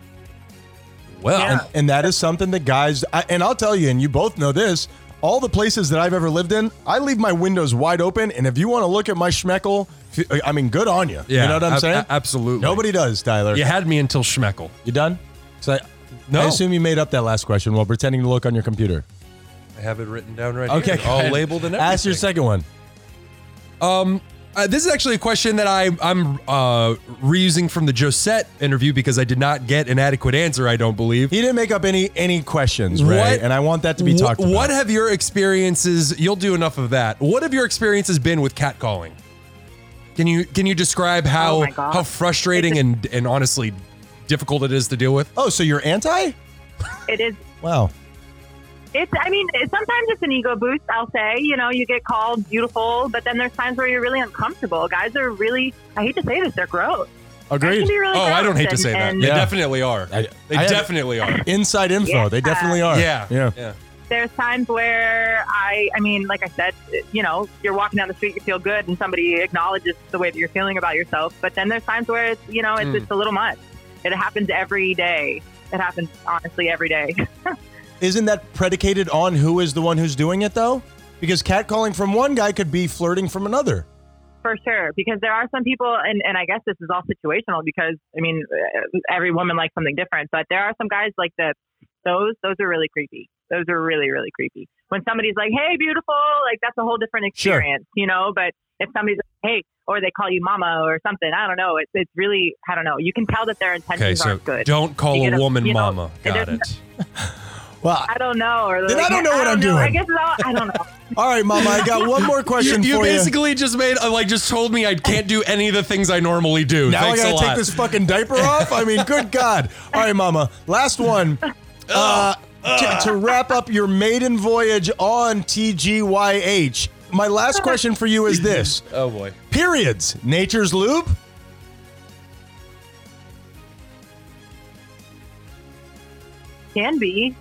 Well, Yeah. And that is something that guys, I, and I'll tell you, and you both know this, all the places that I've ever lived in, I leave my windows wide open. And if you want to look at my schmeckle, f- I mean, good on you. yeah, you know what I'm ab- saying? a- absolutely. Nobody does, Tyler. You had me until Schmeckel. You done? So I, No. I assume you made up that last question while pretending to look on your computer. I have it written down right Okay, here. go all ahead. labeled and everything. Ask your second one. Uh, this is actually a question that I, I'm uh, reusing from the Josette interview because I did not get an adequate answer. I don't believe. He didn't make up any any questions, Ray, What- and I want that to be Wh- talked about. What have your experiences? You'll do enough of that. What have your experiences been with catcalling? Can you can you describe how Oh my God. how frustrating and and honestly difficult it is to deal with? oh, so you're anti? It is Wow. It's, I mean, it, sometimes it's an ego boost, I'll say. You know, you get called beautiful, but then there's times where you're really uncomfortable. Guys are really, I hate to say this, they're gross. They Agreed. can be really Oh, I gross don't hate to and- say that. and They Yeah. definitely are. I- they I have- definitely are. Inside info. Yeah. They definitely are. Yeah. Yeah. Yeah. There's times where I, I mean, like I said, you know, you're walking down the street, you feel good, and somebody acknowledges the way that you're feeling about yourself. But then there's times where it's, you know, it's, Mm. it's a little much. It happens every day. It happens, honestly, every day. isn't that predicated on who is the one who's doing it though? Because catcalling from one guy could be flirting from another. for sure because there are some people and, and i guess this is all situational because i mean uh, every woman likes something different but there are some guys like that those those are really creepy those are really really creepy when somebody's like, "Hey, beautiful," like that's a whole different Sure. experience, you know. But if somebody's like, "Hey," or they call you "mama" or something, I don't know. It's it's really I don't know. You can tell that their intentions Okay, so aren't good. don't call You a know, woman you know, mama. it Got doesn't- it. Well, I don't know. Or Then I don't know what I'm I doing. guess it's all, I don't know. all right, Mama, I got one more You, question you for you. basically just made uh, like just told me I can't do any of the things I normally do. Now Thanks I a gotta lot. take this fucking diaper off. I mean, good God! All right, Mama, last one. Uh, Oh. to, to wrap up your maiden voyage on TGYH, my last question for you is this: oh boy. periods, nature's lube. Can be.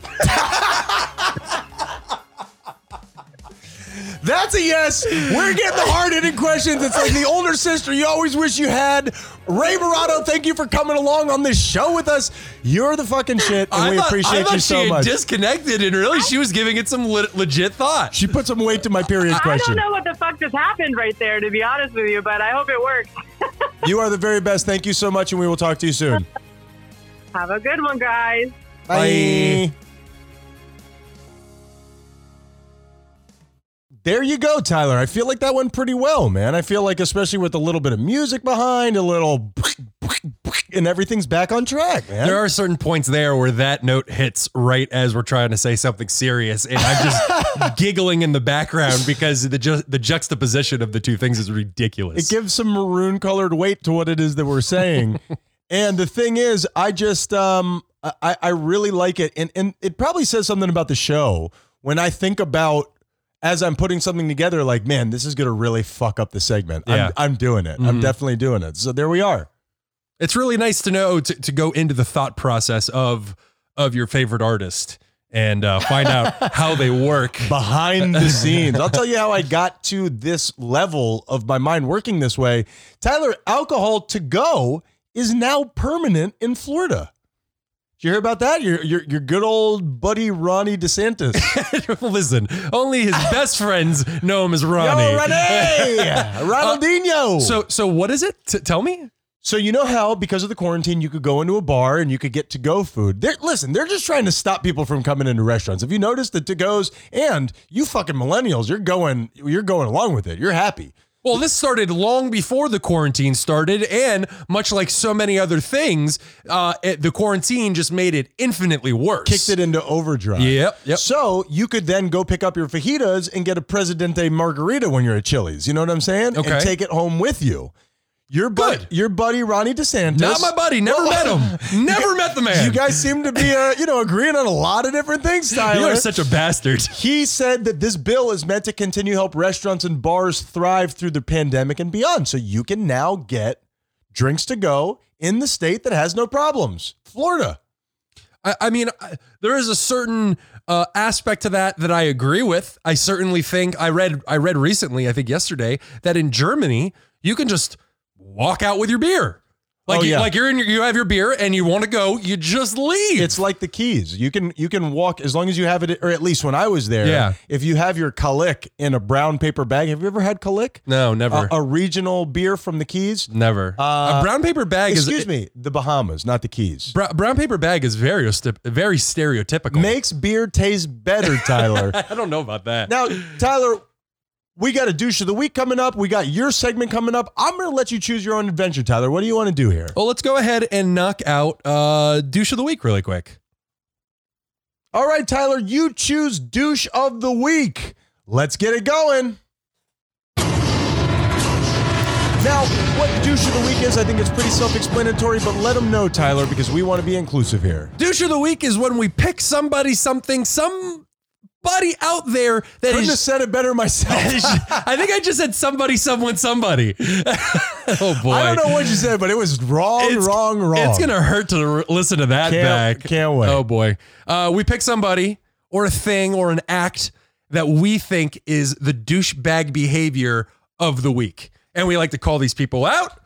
That's a yes. We're getting the hard hitting questions. It's like the older sister you always wish you had. Ray Barato, thank you for coming along on this show with us. You're the fucking shit, and I we thought, I appreciate thought you she so had much. disconnected, and really, she was giving it some le- legit thought. she put some weight to my period I don't question. know what the fuck just happened right there, to be honest with you. But I hope it works. You are the very best. Thank you so much, and we will talk to you soon. Have a good one, guys. Bye. There you go, Tyler. I feel like that went pretty well, man. I feel like, especially with a little bit of music behind, a little, and everything's back on track, man. There are certain points there where that note hits right as we're trying to say something serious, and I'm just giggling in the background because the ju- the juxtaposition of the two things is It ridiculous. gives some maroon colored weight to what it is that we're saying. and the thing is, I just um I, I really like it. And and it probably says something about the show when I think about as I'm putting something together, like, man, this is gonna really fuck up the segment. Yeah. I'm I'm doing it. I'm definitely doing it. So there we are. it's really nice to know to, to go into the thought process of of your favorite artist and uh, find out how they work. behind the scenes. I'll tell you how I got to this level of my mind working this way. Tyler, alcohol to go is now permanent in Florida. Did you hear about that? Your your, your good old buddy Ronnie DeSantis. Listen, only his best friends know him as Ronnie. Uh, Yo, Ronnie! Ronaldinho! So so what is it? T- tell me. So you know how because of the quarantine you could go into a bar and you could get to go food. They're, listen, they're just trying to stop people from coming into restaurants. Have you noticed that to goes and you fucking millennials, you're going you're going along with it. You're happy. Well, this started long before the quarantine started, and much like so many other things, uh, it- the quarantine just made it infinitely worse. kicked it into overdrive. Yep, yep. So you could then go pick up your fajitas and get a Presidente margarita when you're at Chili's. You know what I'm saying? Okay. And take it home with you. Your buddy, Good. your buddy Ronnie DeSantis. Not my buddy. Never met him. Never met the man. You guys seem to be, uh, you know, agreeing on a lot of different things, Tyler. you are such a bastard. He said that this bill is meant to continue to help restaurants and bars thrive through the pandemic and beyond. So you can now get drinks to go in the state that has no problems, Florida. I, I mean, I, there is a certain uh, aspect to that that I agree with. I certainly think I read I read recently, I think yesterday, that in Germany you can just walk out with your beer. Like Oh, you, yeah. like you're in your, you have your beer and you want to go, you just leave. It's like the keys. You can you can walk as long as you have it, or at least when I was there. Yeah. If you have your Kalik in a brown paper bag, have you ever had Kalik? no, never. A, a regional beer from the Keys. Never. Uh, a brown paper bag is Excuse me, the Bahamas, not the Keys. bro- brown paper bag is very st- very stereotypical. Makes beer taste better, Tyler. I don't know about that. now, Tyler, we got a douche of the week coming up. We got your segment coming up. I'm gonna let you choose your own adventure, Tyler. What do you want to do here? well, let's go ahead and knock out uh, douche of the week really quick. All right, Tyler, you choose douche of the week. Let's get it going. Now, what douche of the week is, I think it's pretty self explanatory, but let them know, Tyler, because we want to be inclusive here. Douche of the week is when we pick somebody, something, somebody out there that Couldn't have is. said it better myself. I think I just said somebody, someone, somebody. oh boy! I don't know what you said, but it was wrong, It's- wrong, wrong. It's gonna hurt to r- listen to that Can't- back. can't wait. Oh boy. Uh, we pick somebody or a thing or an act that we think is the douchebag behavior of the week, and we like to call these people out.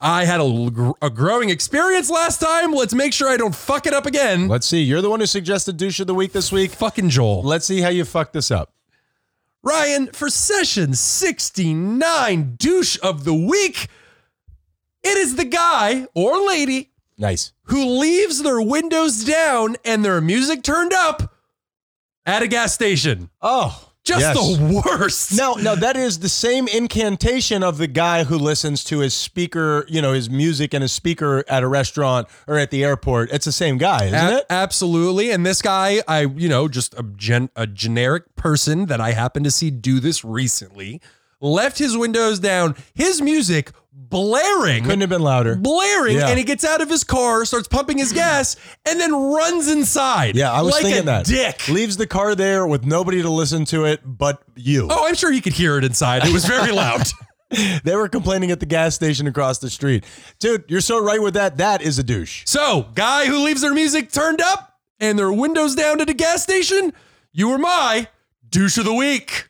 I had a, l- gr- a growing experience last time. Let's make sure I don't fuck it up again. Let's see. You're the one who suggested douche of the week this week. Fucking Joel. Let's see how you fuck this up. Ryan, for session 69 douche of the week, it is the guy or lady Nice. who leaves their windows down and their music turned up at a gas station. Oh, Just yes. the worst. No, no, that is the same incantation of the guy who listens to his speaker, you know, his music and his speaker at a restaurant or at the airport. It's the same guy, isn't A- it? Absolutely. And this guy, I, you know, just a, gen- a generic person that I happened to see do this recently, left his windows down, his music blaring. Couldn't have been louder. blaring Yeah. and he gets out of his car, starts pumping his gas, and then runs inside. Yeah, I was like thinking a that. Dick. Leaves the car there with nobody to listen to it but you. Oh, I'm sure he could hear it inside. It was very loud. They were complaining at the gas station across the street. Dude, you're so right with that. That is a douche. so, guy who leaves their music turned up and their windows down at a gas station, you were my douche of the week.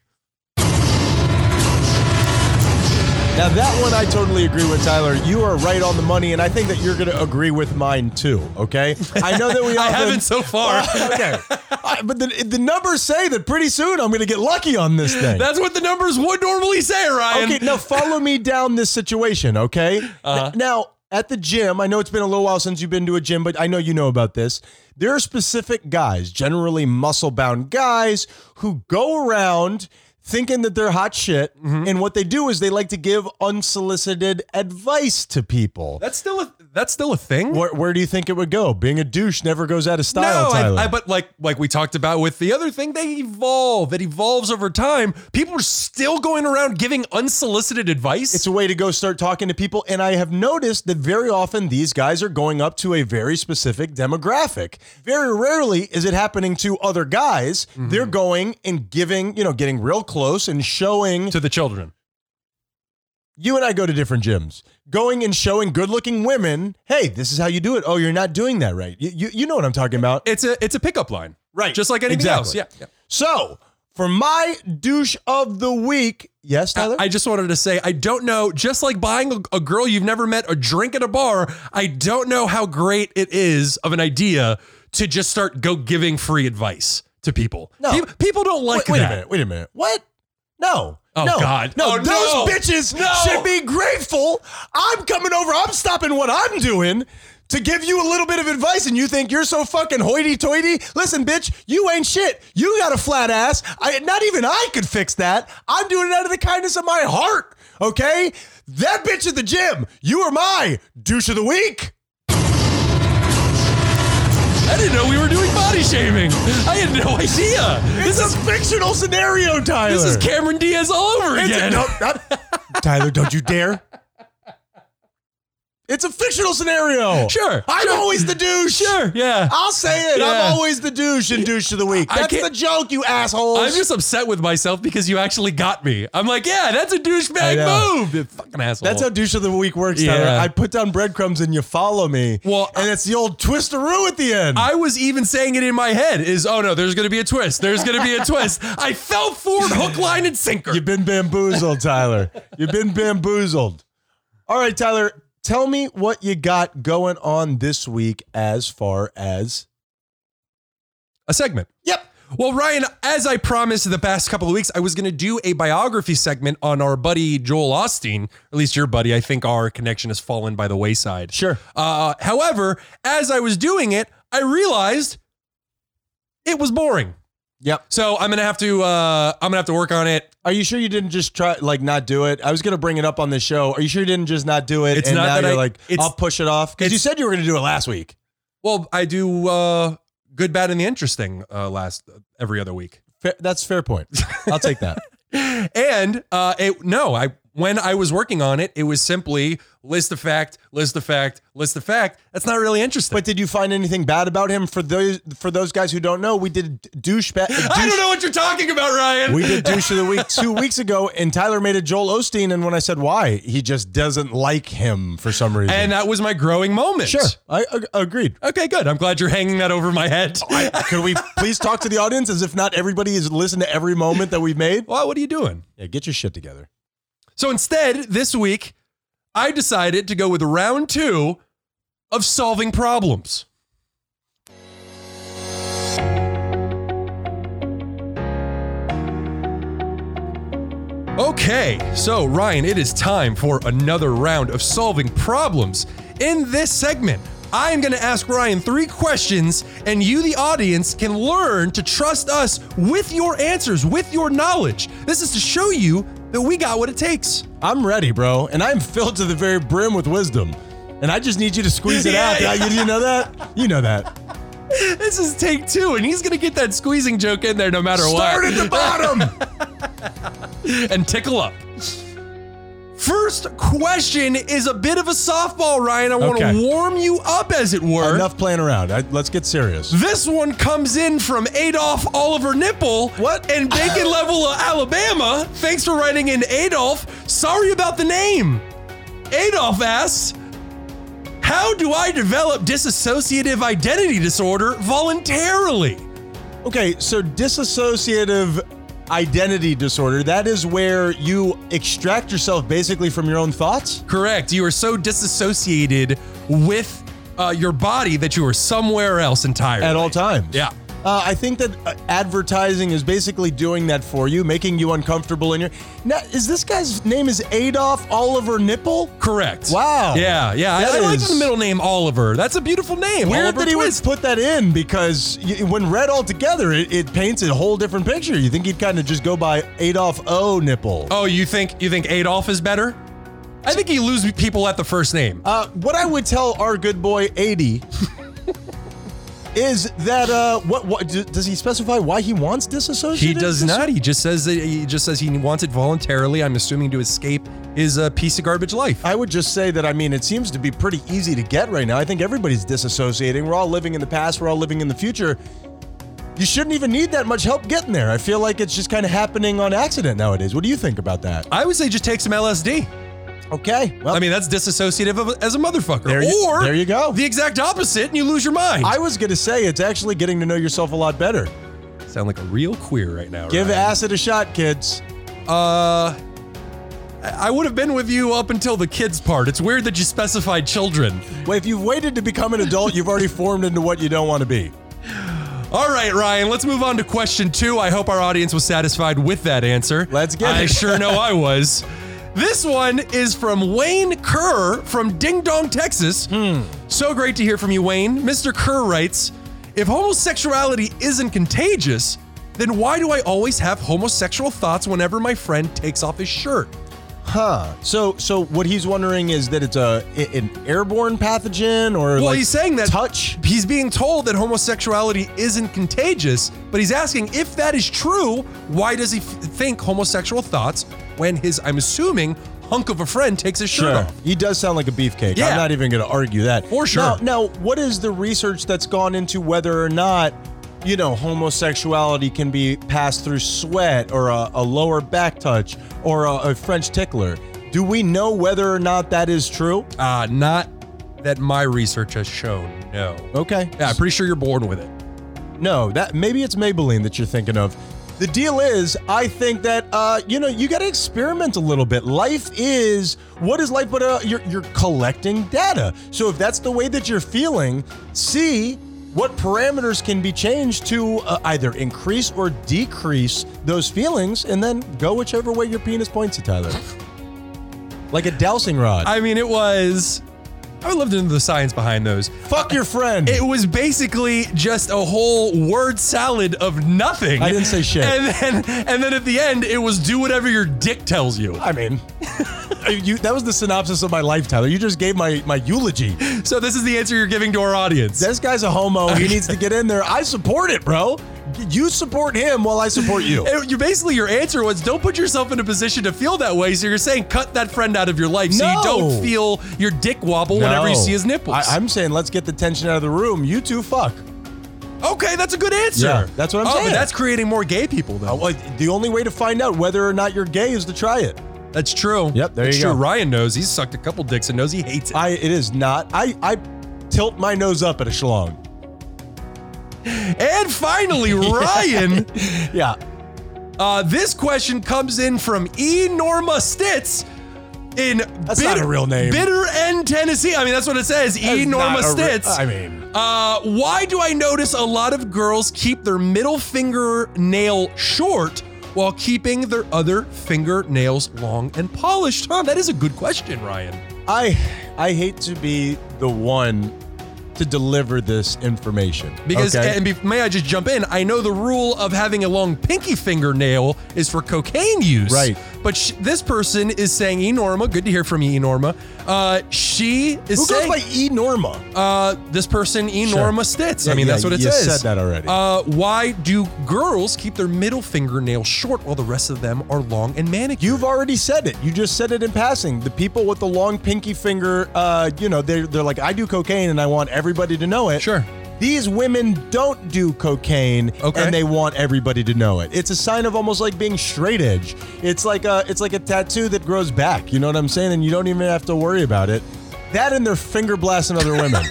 Now that one I totally agree with Tyler. You are right on the money, and I think that you're going to agree with mine too. Okay, I know that we. I often- haven't so far. okay, I- but the, the numbers say that pretty soon I'm going to get lucky on this thing. That's what the numbers would normally say, Ryan. okay, now follow me down this situation. Okay, Uh-huh. N- now at the gym, I know it's been a little while since you've been to a gym, but I know you know about this. There are specific guys, generally muscle-bound guys, who go around. Thinking that they're hot shit, Mm-hmm. and what they do is they like to give unsolicited advice to people. That's still a that's still a thing. Where, where do you think it would go? Being a douche never goes out of style, no, Tyler. I, I, but like like we talked about with the other thing, they evolve. It evolves over time. People are still going around giving unsolicited advice. it's a way to go start talking to people. And I have noticed that very often these guys are going up to a very specific demographic. Very rarely is it happening to other guys. Mm-hmm. They're going and giving, you know, getting real close and showing. to the children. you and I go to different gyms, going and showing good looking women, hey, this is how you do it. Oh, you're not doing that right. You, you, you know what I'm talking about. It's a it's a pickup line, Right. Just like anything Exactly. else. Yeah. yeah. So, for my douche of the week, yes, Tyler? I just wanted to say I don't know. Just like buying a, a girl you've never met a drink at a bar, I don't know how great it is of an idea to just start go giving free advice to people. No. Pe- people don't like wait, wait that. a minute. Wait a minute. What? No. Oh, no. God. No, Oh, those no. bitches No. should be grateful. I'm coming over. I'm stopping what I'm doing to give you a little bit of advice, and you think you're so fucking hoity-toity. Listen, bitch, you ain't shit. You got a flat ass. I, not even I could fix that. I'm doing it out of the kindness of my heart. Okay. That bitch at the gym. You are my douche of the week. I didn't know we were doing body shaming. I had no idea. It's a fictional scenario, Tyler. This is Cameron Diaz all over It's a- again. no, not- Tyler, don't you dare. It's a fictional scenario. Sure, I'm sure. always the douche. Sure, yeah. I'll say it. Yeah. I'm always the douche and douche of the week. I That's can't- the joke, you assholes. I'm just upset with myself because you actually got me. I'm like, yeah, that's a douchebag know. move. You fucking asshole. That's how douche of the week works, Tyler. Yeah. I put down breadcrumbs and you follow me. Well, and it's the old twisteroo at the end. I was even saying it in my head is, oh no, there's going to be a twist. There's going to be a twist. I fell forward hook, line, and sinker. You've been bamboozled, Tyler. You've been bamboozled. All right, Tyler, tell me what you got going on this week as far as. a segment. Yep. Well, Ryan, as I promised the past couple of weeks, I was going to do a biography segment on our buddy Joel Austin, at least your buddy. I think our connection has fallen by the wayside. Sure. Uh, however, as I was doing it, I realized it was boring. Yep. So I'm gonna have to uh, I'm gonna have to work on it. Are you sure you didn't just try like not do it? I was gonna bring it up on the show. Are you sure you didn't just not do it? It's and not now that you're I- like, it's- I'll push it off because you it's- said you were gonna do it last week. Well, I do uh, good, bad, and the interesting uh, last every other week. Fair, that's fair point. I'll take that. And uh, it, no, I when I was working on it, it was simply list the fact, list the fact, list the fact. That's not really interesting. But did you find anything bad about him? For those for those guys who don't know, we did douche ba- douche- I don't know what you're talking about, Ryan. We did douche of the week two weeks ago, and Tyler made a Joel Osteen. And when I said why, he just doesn't like him for some reason. and that was my growing moment. sure, I ag- agreed. Okay, good. I'm glad you're hanging that over my head. Could we please talk to the audience as if not everybody has listened to every moment that we've made? well, what are you doing? Yeah, get your shit together. So instead, this week, I decided to go with round two of solving problems. Okay, so Ryan, it is time for another round of solving problems. In this segment, I am going to ask Ryan three questions, and you, the audience, can learn to trust us with your answers, with your knowledge. This is to show you that we got what it takes. I'm ready, bro, and I'm filled to the very brim with wisdom. And I just need you to squeeze it out. Yeah, You, you know that? You know that. This is take two, and he's going to get that squeezing joke in there no matter Start what. at the bottom. and tickle up. First question is a bit of a softball, Ryan. I want Okay. to warm you up, as it were. Enough playing around. I, let's get serious. This one comes in from Adolph Oliver Nipple. What? And Bacon Level, uh, Alabama. Thanks for writing in, Adolph. Sorry about the name. Adolph asks, How do I develop dissociative identity disorder voluntarily? Okay, so dissociative identity disorder, that is where you extract yourself basically from your own thoughts? Correct. You are so disassociated with uh, your body that you are somewhere else entirely. At all times. Yeah. Uh, I think that uh, advertising is basically doing that for you, making you uncomfortable in your. Now, is this guy's name is Adolf Oliver Nipple? Correct. Wow. Yeah, yeah. I, That I like is- the middle name Oliver. That's a beautiful name. Weird Oliver that he Twist. would put that in because y when read all together, it, it paints a whole different picture. You think he'd kind of just go by Adolf O Nipple. Oh, you think you think Adolf is better? I think you lose people at the first name. Uh, what I would tell our good boy 80 is that uh, what, what d- does he specify why he wants disassociated? he does not. He just says that he just says he wants it voluntarily. I'm assuming to escape his uh, piece of garbage life. I would just say that I mean it seems to be pretty easy to get right now. I think everybody's disassociating. We're all living in the past. We're all living in the future. You shouldn't even need that much help getting there. I feel like it's just kind of happening on accident nowadays. What do you think about that? I would say just take some LSD. Okay. Well, I mean, that's disassociative of, as a motherfucker. There you- or there you go. The exact opposite, and you lose your mind. I was gonna say it's actually getting to know yourself a lot better. sound like a real queer right now. Give Ryan. acid a shot, kids. Uh, I would have been with you up until the kids part. It's weird that you specified children. Well, if you've waited to become an adult, you've already formed into what you don't want to be. All right, Ryan, let's move on to question two. I hope our audience was satisfied with that answer. Let's get I it. sure know I was. This one is from Wayne Kerr from Ding Dong, Texas. Hmm. So great to hear from you, Wayne. Mr. Kerr writes If homosexuality isn't contagious, then why do I always have homosexual thoughts whenever my friend takes off his shirt? Huh. So, so what he's wondering is that it's a i- an airborne pathogen, or Well, like he's saying that touch. He's being told that homosexuality isn't contagious, but he's asking if that is true, why does he f- think homosexual thoughts when his, I'm assuming, hunk of a friend takes his shirt off? He does sound like a beefcake. Yeah. I'm not even going to argue that. For sure. Now, now, what is the research that's gone into whether or not, you know, homosexuality can be passed through sweat or a, a lower back touch or a, a French tickler? Do we know whether or not that is true? Uh, not that my research has shown, no. Okay. Yeah, I'm pretty sure you're born with it. No, that maybe it's Maybelline that you're thinking of. The deal is, I think that uh, you know you got to experiment a little bit. Life is what is life but uh, you're you're collecting data. So if that's the way that you're feeling, see what parameters can be changed to uh, either increase or decrease those feelings, and then go whichever way your penis points you, Tyler. like a dowsing rod. I mean, it was. I would love to know the science behind those. Fuck your friend. It was basically just a whole word salad of nothing. I didn't say shit. And then, and then at the end, it was do whatever your dick tells you. I mean, you, that was the synopsis of my life, Tyler. You just gave my my eulogy. So this is the answer you're giving to our audience. This guy's a homo. He needs to get in there. I support it, bro. You support him while I support you. And Eh, you basically your answer was don't put yourself in a position to feel that way. So you're saying cut that friend out of your life so you No. don't feel your dick wobble whenever you No. see his nipples. I, am saying let's get the tension out of the room. You two fuck. okay, that's a good answer. Yeah, that's what I'm oh, saying. But that's creating more gay people though. Uh, well, The only way to find out whether or not you're gay is to try it. that's true. Yep, there that's you true. go. Ryan knows he's sucked a couple dicks and knows he hates it. I it is not. I I tilt my nose up at a schlong. and finally, Ryan. Yeah. Uh, this question comes in from E. Norma Stitz in That's not a real name. Bitter End, Tennessee. I mean, that's what it says. E. That's Norma not a re- Stitz. I mean, Uh, why do I notice a lot of girls keep their middle finger nail short while keeping their other fingernails long and polished? Huh, that is a good question, Ryan. I I hate to be the one to deliver this information. Because okay? and be, may I just jump in? I know the rule of having a long pinky fingernail is for cocaine use, Right. But sh- this person is saying Enorma. Good to hear from you, Enorma. Uh, she is who goes saying by E Norma? uh, this person Enorma Stitz. Yeah, I mean, yeah, that's what it you says. said that already. Uh, why do girls keep their middle fingernail short while the rest of them are long and manicured? You've already said it. You just said it in passing. The people with the long pinky finger, uh, you know, they're, they're like, I do cocaine and I want everybody to know it. Sure. These women don't do cocaine Okay. and they want everybody to know it. It's a sign of almost like being straight edge. It's like a it's like a tattoo that grows back, you know what I'm saying? And you don't even have to worry about it. That and they're finger blasting other women.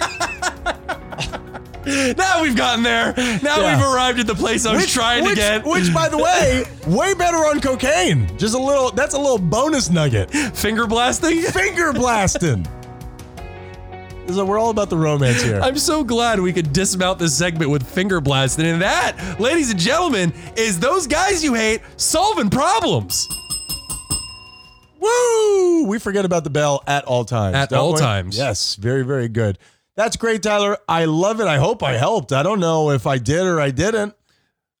now we've gotten there. Now Yeah. we've arrived at the place I was trying which, to get. Which by the way, way better on cocaine. Just a little that's a little bonus nugget. Finger blasting. finger blasting. So we're all about the romance here. I'm so glad we could dismount this segment with finger blast. And that, ladies and gentlemen, is those guys you hate solving problems Woo! We forget about the bell at all times. At don't all we? times. Yes, very, very good. That's great, Tyler. I love it. I hope I helped. I don't know if I did or I didn't.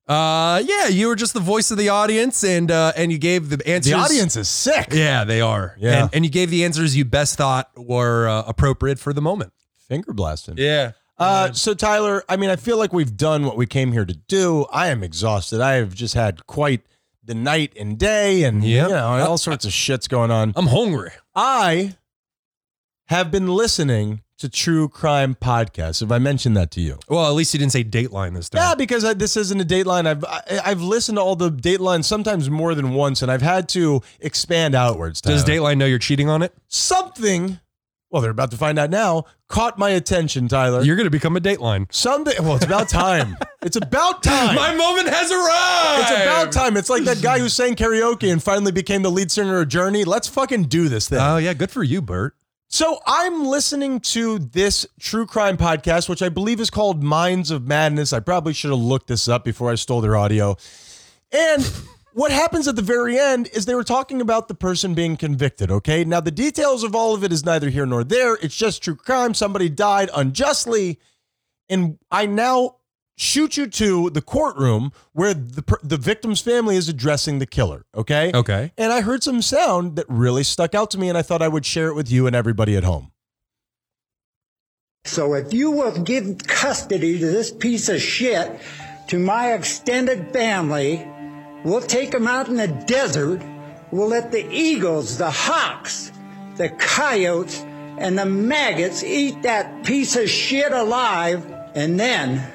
Uh, yeah, you were just the voice of the audience, and uh, and you gave the The answers. audience is sick. yeah, they are. Yeah. and, and you gave the answers you best thought were uh, appropriate for the moment. Finger blasting. Yeah, Uh, so Tyler, I mean, I feel like we've done what we came here to do. I am exhausted. I have just had quite the night and day, and Yep. you know, all sorts of shits going on. I'm hungry. I have been listening to true crime podcasts. Have I mentioned that to you? Well, at least you didn't say Dateline this time. Yeah, because I, this isn't a Dateline. I've I, I've listened to all the Datelines sometimes more than once, and I've had to expand outwards. Does Tyler. Dateline know you're cheating on it? something? Well, they're about to find out now. Caught my attention, Tyler. You're gonna become a Dateline. Something. Well, it's about time. it's about time. My moment has arrived. it's about time. It's like that guy who sang karaoke and finally became the lead singer of Journey. Let's fucking do this thing. Oh yeah, good for you, Bert. So I'm listening to this true crime podcast, which I believe is called Minds of Madness. I probably should have looked this up before I stole their audio. And what happens at the very end is they were talking about the person being convicted, okay? Now, the details of all of it is neither here nor there. It's just true crime. Somebody died unjustly. And I now shoot you to the courtroom where the, per- the victim's family is addressing the killer, okay? Okay. And I heard some sound that really stuck out to me, and I thought I would share it with you and everybody at home. So if you will give custody to this piece of shit, to my extended family, we'll take them out in the desert. We'll let the eagles, the hawks, the coyotes, and the maggots eat that piece of shit alive. And then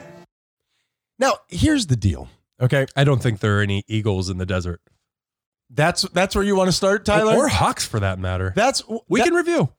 Now, here's the deal. Okay, I don't think there are any eagles in the desert. that's that's where you want to start, Tyler. Or Hawks for that matter. that's we that- can review.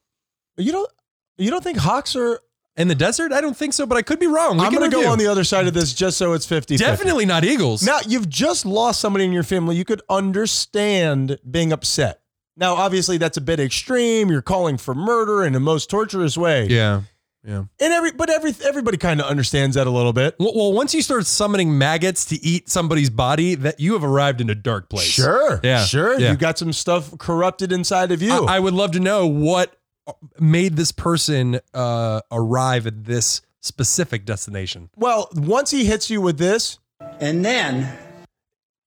You don't you don't think Hawks are? In the desert? I don't think so, but I could be wrong. We I'm can going to go review. on the other side of this just so it's 50. Definitely not eagles. Now you've just lost somebody in your family. You could understand being upset. Now, obviously, that's a bit extreme. You're calling for murder in the most torturous way. Yeah. And every but every everybody kind of understands that a little bit. Well, well, once you start summoning maggots to eat somebody's body, that you have arrived in a dark place. Sure. Yeah. Sure. Yeah. You got some stuff corrupted inside of you. I, I would love to know what made this person uh, arrive at this specific destination. Well, once he hits you with this, and then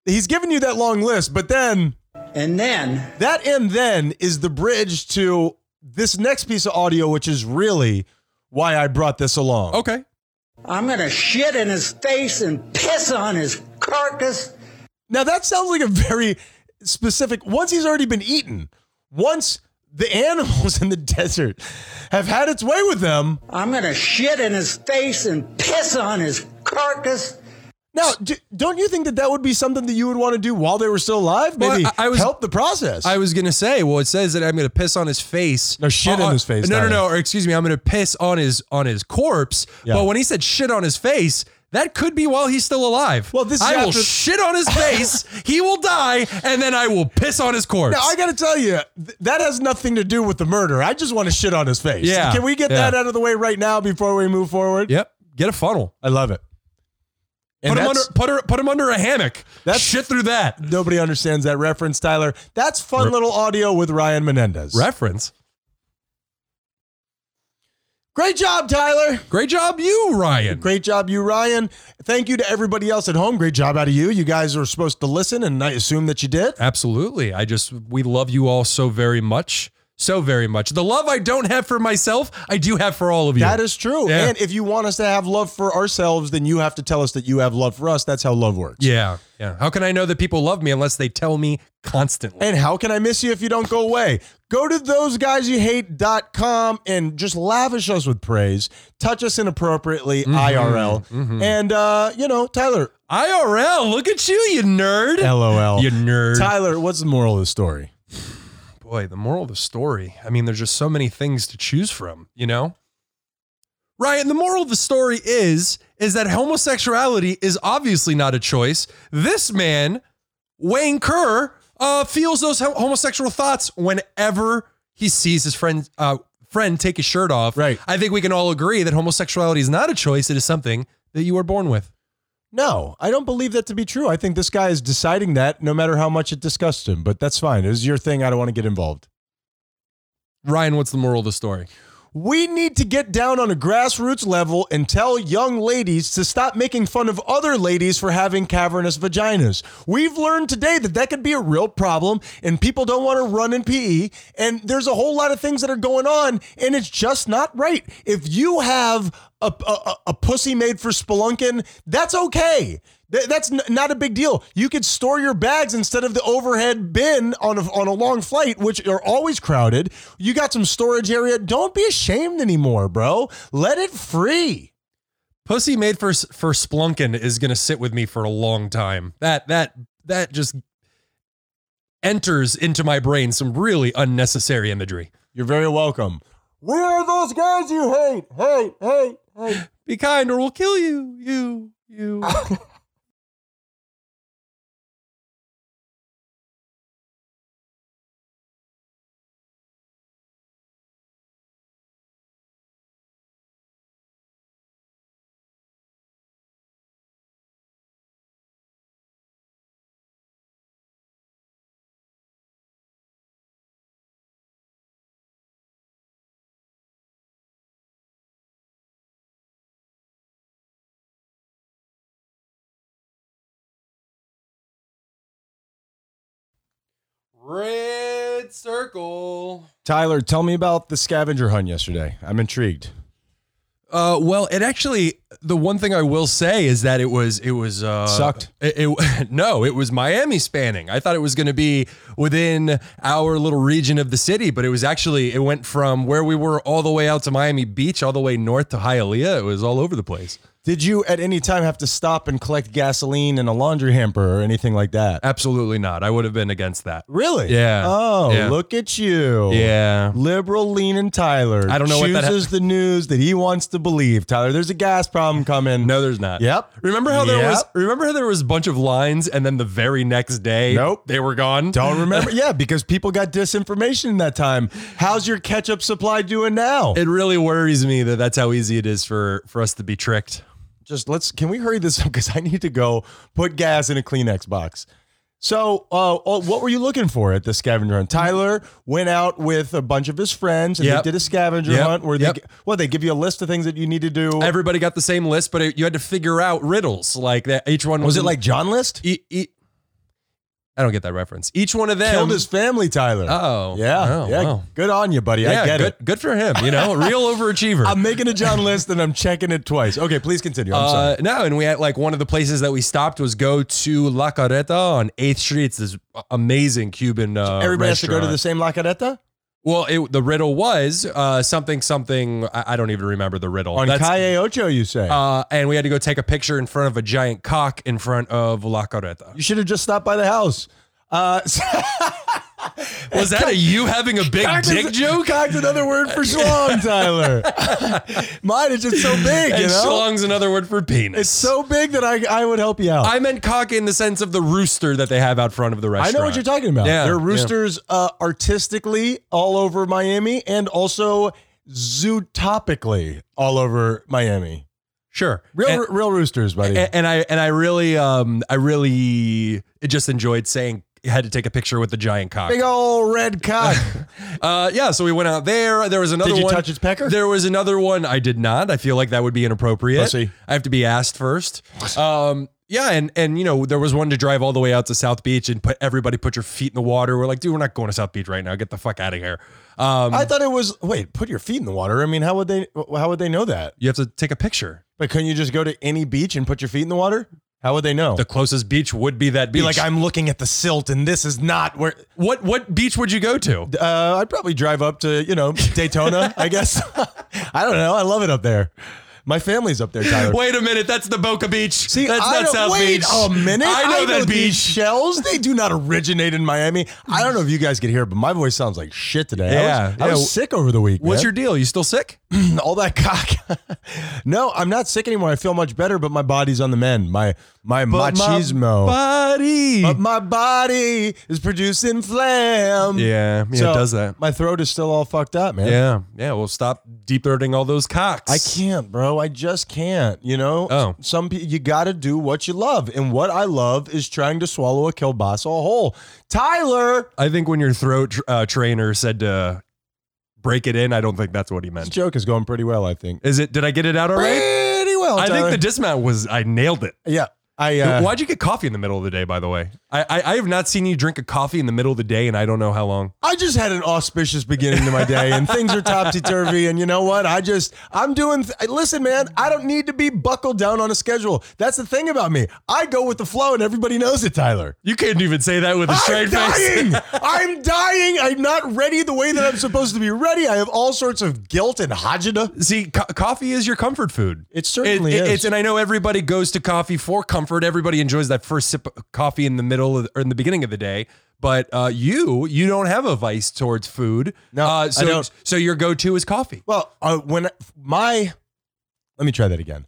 he's giving you that long list, but then and then that and then is the bridge to this next piece of audio, which is really why I brought this along. Okay. I'm gonna shit in his face and piss on his carcass Now that sounds like a very specific. Once he's already been eaten, once the animals in the desert have had its way with them. I'm gonna shit in his face and piss on his carcass. Now, do, don't you think that that would be something that you would want to do while they were still alive? Well, Maybe I- I was- help the process. I was gonna say, well, it says that I'm gonna piss on his face. No, shit Uh, in his face, No, Tyler. no, no. Or excuse me, I'm gonna piss on his on his corpse. Yeah. But when he said shit on his face, that could be while he's still alive. Well, this is I will after- shit on his face. he will die, and then I will piss on his corpse. Now I got to tell you, th- that has nothing to do with the murder. I just want to shit on his face. Yeah, Can we get yeah. that out of the way right now before we move forward? yep. Get a funnel. I love it. And Put him under. that's- Put her. Put him under a hammock. That's- shit through that Nobody understands that reference, Tyler. That's fun little audio with Ryan Menendez. reference. Great job, Tyler. Great job, you, Ryan. Great job, you, Ryan. Thank you to everybody else at home. Great job out of you. You guys were supposed to listen, and I assume that you did. Absolutely. I just, we love you all so very much. So very much. The love I don't have for myself, I do have for all of you. That is true. Yeah. And if you want us to have love for ourselves, then you have to tell us that you have love for us. That's how love works. yeah. Yeah. How can I know that people love me unless they tell me constantly? And how can I miss you if you don't go away? Go to thoseguysyouhate.com and just lavish us with praise. Touch us inappropriately, Mm-hmm. IRL. And, uh, you know, Tyler, IRL, look at you, you nerd. LOL. You nerd. Tyler, what's the moral of the story? boy, the moral of the story. I mean, there's just so many things to choose from, you know? Ryan, the moral of the story is is that homosexuality is obviously not a choice. This man, Wayne Kerr, uh, feels those hom- homosexual thoughts whenever he sees his friend uh, friend take his shirt off. Right. I think we can all agree that homosexuality is not a choice. It is something that you were born with. No, I don't believe that to be true. I think this guy is deciding that no matter how much it disgusts him, but that's fine. It was your thing. I don't want to get involved. Ryan, what's the moral of the story? We need to get down on a grassroots level and tell young ladies to stop making fun of other ladies for having cavernous vaginas. We've learned today that that could be a real problem, and people don't want to run in PE, and there's a whole lot of things that are going on, and it's just not right. If you have a, a, a- a pussy made for spelunking, that's okay. Th- That's n- not a big deal. You could store your bags instead of the overhead bin on a, on a long flight, which are always crowded. You got some storage area. Don't be ashamed anymore, bro. Let it free. Pussy made for for splunkin is gonna sit with me for a long time. That that that just enters into my brain some really unnecessary imagery. You're very welcome. We are those guys you hate. Hate, hate, hate. Be kind, or we'll kill you. You you. Red circle. Tyler, tell me about the scavenger hunt yesterday. I'm intrigued. Uh, well, it actually the one thing I will say is that it was it was uh, Sucked. It, it- no, it was Miami spanning. I thought it was going to be within our little region of the city, but it was actually it went from where we were all the way out to Miami Beach, all the way north to Hialeah. It was all over the place. Did you at any time have to stop and collect gasoline in a laundry hamper or anything like that? Absolutely not. I would have been against that. Really? Yeah. Oh, Yeah. look at you. Yeah. Liberal leaning Tyler. I don't know what chooses that ha- the news that he wants to believe. Tyler, there's a gas problem coming. No, there's not. Yep. Remember how there Yep. was? Remember how there was a bunch of lines, and then the very next day, Nope. they were gone. Don't remember. yeah, because people got disinformation in that time. How's your ketchup supply doing now? It really worries me that that's how easy it is for for us to be tricked. Just let's. Can we hurry this up? Because I need to go put gas in a Kleenex box. So, uh, oh, what were you looking for at the scavenger hunt? Tyler went out with a bunch of his friends and Yep. they did a scavenger Yep. hunt where they, Yep. g- well, they give you a list of things that you need to do. Everybody got the same list, but it, you had to figure out riddles like that. Each one was it in- like John List? E- e- I don't get that reference. Each one of them. killed his family, Tyler. Oh. yeah, Oh, yeah. wow. Good on you, buddy. yeah, I get good, it. good for him. You know, a real overachiever. I'm making a John list and I'm checking it twice. Okay, please continue. I'm Uh, sorry. no, and we had like one of the places that we stopped was go to La Carreta on Eighth Street. It's this amazing Cuban. Uh, Everybody has to go to restaurant. the same La Carreta Well, it, the riddle was uh, something, something. I, I don't even remember the riddle. on That's- Calle Ocho. You say Uh, and we had to go take a picture in front of a giant cock in front of La Carreta. you should have just stopped by the house. Uh, Was that a you having a big dick joke? Cock's another word for schlong, Tyler. Mine is just so big, you And know. schlong's another word for penis. It's so big that I I would help you out. I meant cock in the sense of the rooster that they have out front of the I restaurant. know what you're talking about. Yeah, there are yeah. roosters uh, artistically all over Miami and also zootopically all over Miami. Sure. Real, And- real roosters, buddy. and, and I and I really um I really just enjoyed saying had to take a picture with the giant cock. Big old red cock. Uh, yeah, so we went out there. There was another Did you one. touch its pecker? There was another one. I did not. I feel like that would be inappropriate. Pussy. I have to be asked first. Um, yeah, and and you know there was one to drive all the way out to South Beach and put everybody put your feet in the water. We're like, dude, we're not going to South Beach right now. Get the fuck out of here. Um, I thought it was wait. Put your feet in the water. I mean, how would they? How would they know that? you have to take a picture. But couldn't you just go to any beach and put your feet in the water? How would they know? The closest beach would be that beach. Be like, I'm looking at the silt, and this is not where. what what beach would you go to? Uh, I'd probably drive up to you know Daytona. I guess. I don't know. I love it up there. My family's up there, Tyler. Wait a minute, that's the Boca Beach. See, that's I not don't- South wait Beach. a minute. I know that these beach. shells. They do not originate in Miami. I don't know if you guys could hear, it, but my voice sounds like shit today. I was, Yeah, I was yeah. sick over the week. What's man. your deal? You still sick? all that cock. no, I'm not sick anymore. I feel much better, but my body's on the mend. My my machismo. buddy. but my body is producing phlegm. Yeah, yeah, So, it does that. My throat is still all fucked up, man. Yeah, yeah. Well, stop deep throating all those cocks. I can't, bro. I just can't. You know, Oh. some people you got to do what you love, and what I love is trying to swallow a kielbasa whole. Tyler, I think when your throat tr- uh, trainer said to break it in, I don't think that's what he this meant. joke is going pretty well. I think Is it? Did I get it out all right? pretty well. I think Tyler. the dismount was. I nailed it. yeah. I uh, Why'd you get coffee in the middle of the day? By the way, I, I I have not seen you drink a coffee in the middle of the day, and I don't know how long. I just had an auspicious beginning to my day and things are topsy turvy. And you know what? I just, I'm doing, th- listen, man, I don't need to be buckled down on a schedule. That's the thing about me. I go with the flow and everybody knows it, Tyler. You couldn't even say that with a I'm straight face. dying. I'm dying. I'm not ready the way that I'm supposed to be ready. I have all sorts of guilt and hajada. See, co- coffee is your comfort food. It certainly is. It's, and I know everybody goes to coffee for comfort. Everybody enjoys that first sip of coffee in the middle of, or in the beginning of the day. But uh, you, you don't have a vice towards food. No, I uh, so, don't. so your go-to is coffee. Well, uh, when my, let me try that again.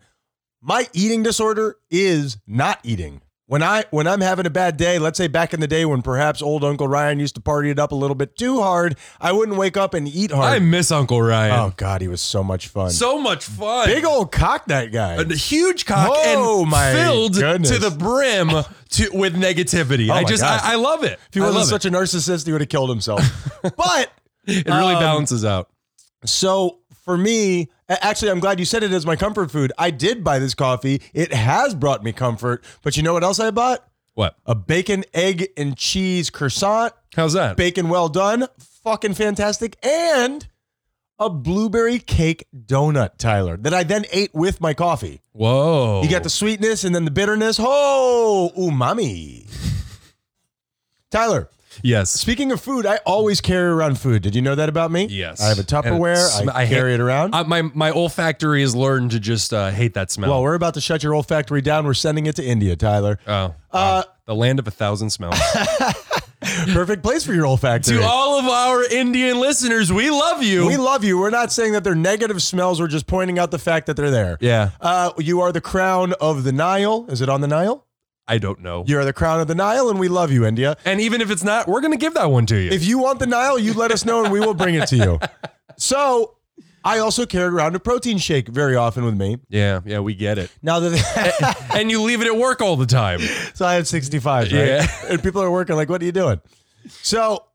My eating disorder is not eating. When I when I'm having a bad day, let's say back in the day when perhaps old Uncle Ryan used to party it up a little bit too hard, I wouldn't wake up and eat I hard. miss Uncle Ryan. oh God, he was so much fun. So Uh, much fun. Big old cock that guy. a huge cock Oh, and my filled goodness. to the brim to, with negativity. Oh, I my just, God. I, I love it. if he I wasn't love such a narcissist, he would have killed himself. but it. It really um, balances out. So for me, a- actually, I'm glad you said it as my comfort food. I did buy this coffee. It has brought me comfort. But you know what else I bought? What? A bacon, egg, and cheese croissant. Oh, How's that? Bacon well done. Fucking fantastic. And a blueberry cake donut, Tyler, that I then ate with my coffee. Whoa. You got the sweetness and then the bitterness. Oh, umami. Tyler, yes. speaking of food, I always carry around food. Did you know that about me? Yes. I have a Tupperware. And sm- I, I hate- carry it around. Uh, my my olfactory has learned to just uh, hate that smell. Well, we're about to shut your old factory down. We're sending it to India, Tyler. oh, Uh, the land of a thousand smells. Perfect place for your old factory. to all of our Indian listeners, we love you. we love you. We're not saying that they're negative smells. We're just pointing out the fact that they're there. yeah, Uh, you are the crown of the Nile. Is it on the Nile? I don't know. You are the crown of the Nile, and we love you, India. and even if it's not, we're gonna give that one to you. If you want the Nile, you let us know, and we will bring it to you. So, I also carry around a protein shake very often with me. yeah, yeah, we get it. Now that and you leave it at work all the time. So I had 65, right? Yeah. And people are working like, what are you doing? So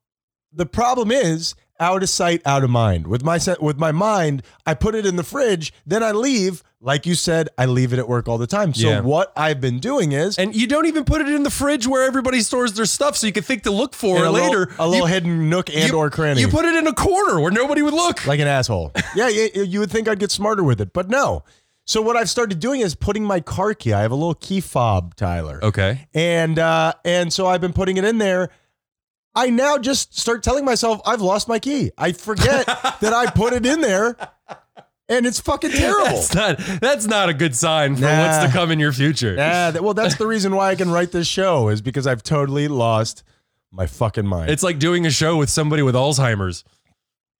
the problem is out of sight, out of mind. With my se- with my mind, I put it in the fridge, then I leave. Like you said, I leave it at work all the time. So Yeah. what I've been doing is And you don't even put it in the fridge where everybody stores their stuff, so you can think to look in for it a little- later. a little you, hidden nook and you- or cranny. You put it in a corner where nobody would look. like an asshole. yeah, you, you would think I'd get smarter with it, but no. So what I've started doing is putting my car key. I have a little key fob, Tyler. okay. and uh, and so I've been putting it in there. I now just start telling myself I've lost my key. I forget that I put it in there, and it's fucking terrible. That's not that's not a good sign for Nah. what's to come in your future. Yeah, that, well, that's the reason why I can write this show is because I've totally lost my fucking mind. It's like doing a show with somebody with Alzheimer's.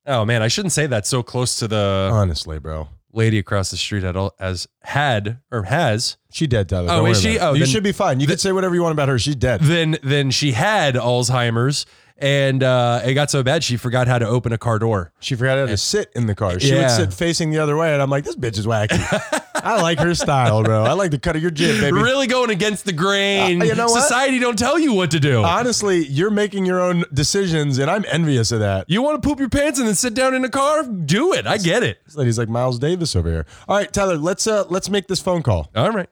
Oh man, I shouldn't say that so close to the honestly, bro. lady across the street at all as had or has. She dead, Tyler. Oh, Don't is worry she? about it. Oh, you then- should be fine. You can say whatever you want about her. She's dead. Then then she had Alzheimer's and uh, it got so bad she forgot how to open a car door. She forgot how to sit in the car. She Yeah. would sit facing the other way, and I'm like, this bitch is wacky. I like her style, bro. I like the cut of your jib, baby. Really going against the grain. Uh, you know what? Uh, Society don't tell you what to do. Honestly, you're making your own decisions, and I'm envious of that. you want to poop your pants and then sit down in a car? Do it. I get it. This lady's like Miles Davis over here. All right, Tyler, let's uh let's make this phone call. All right.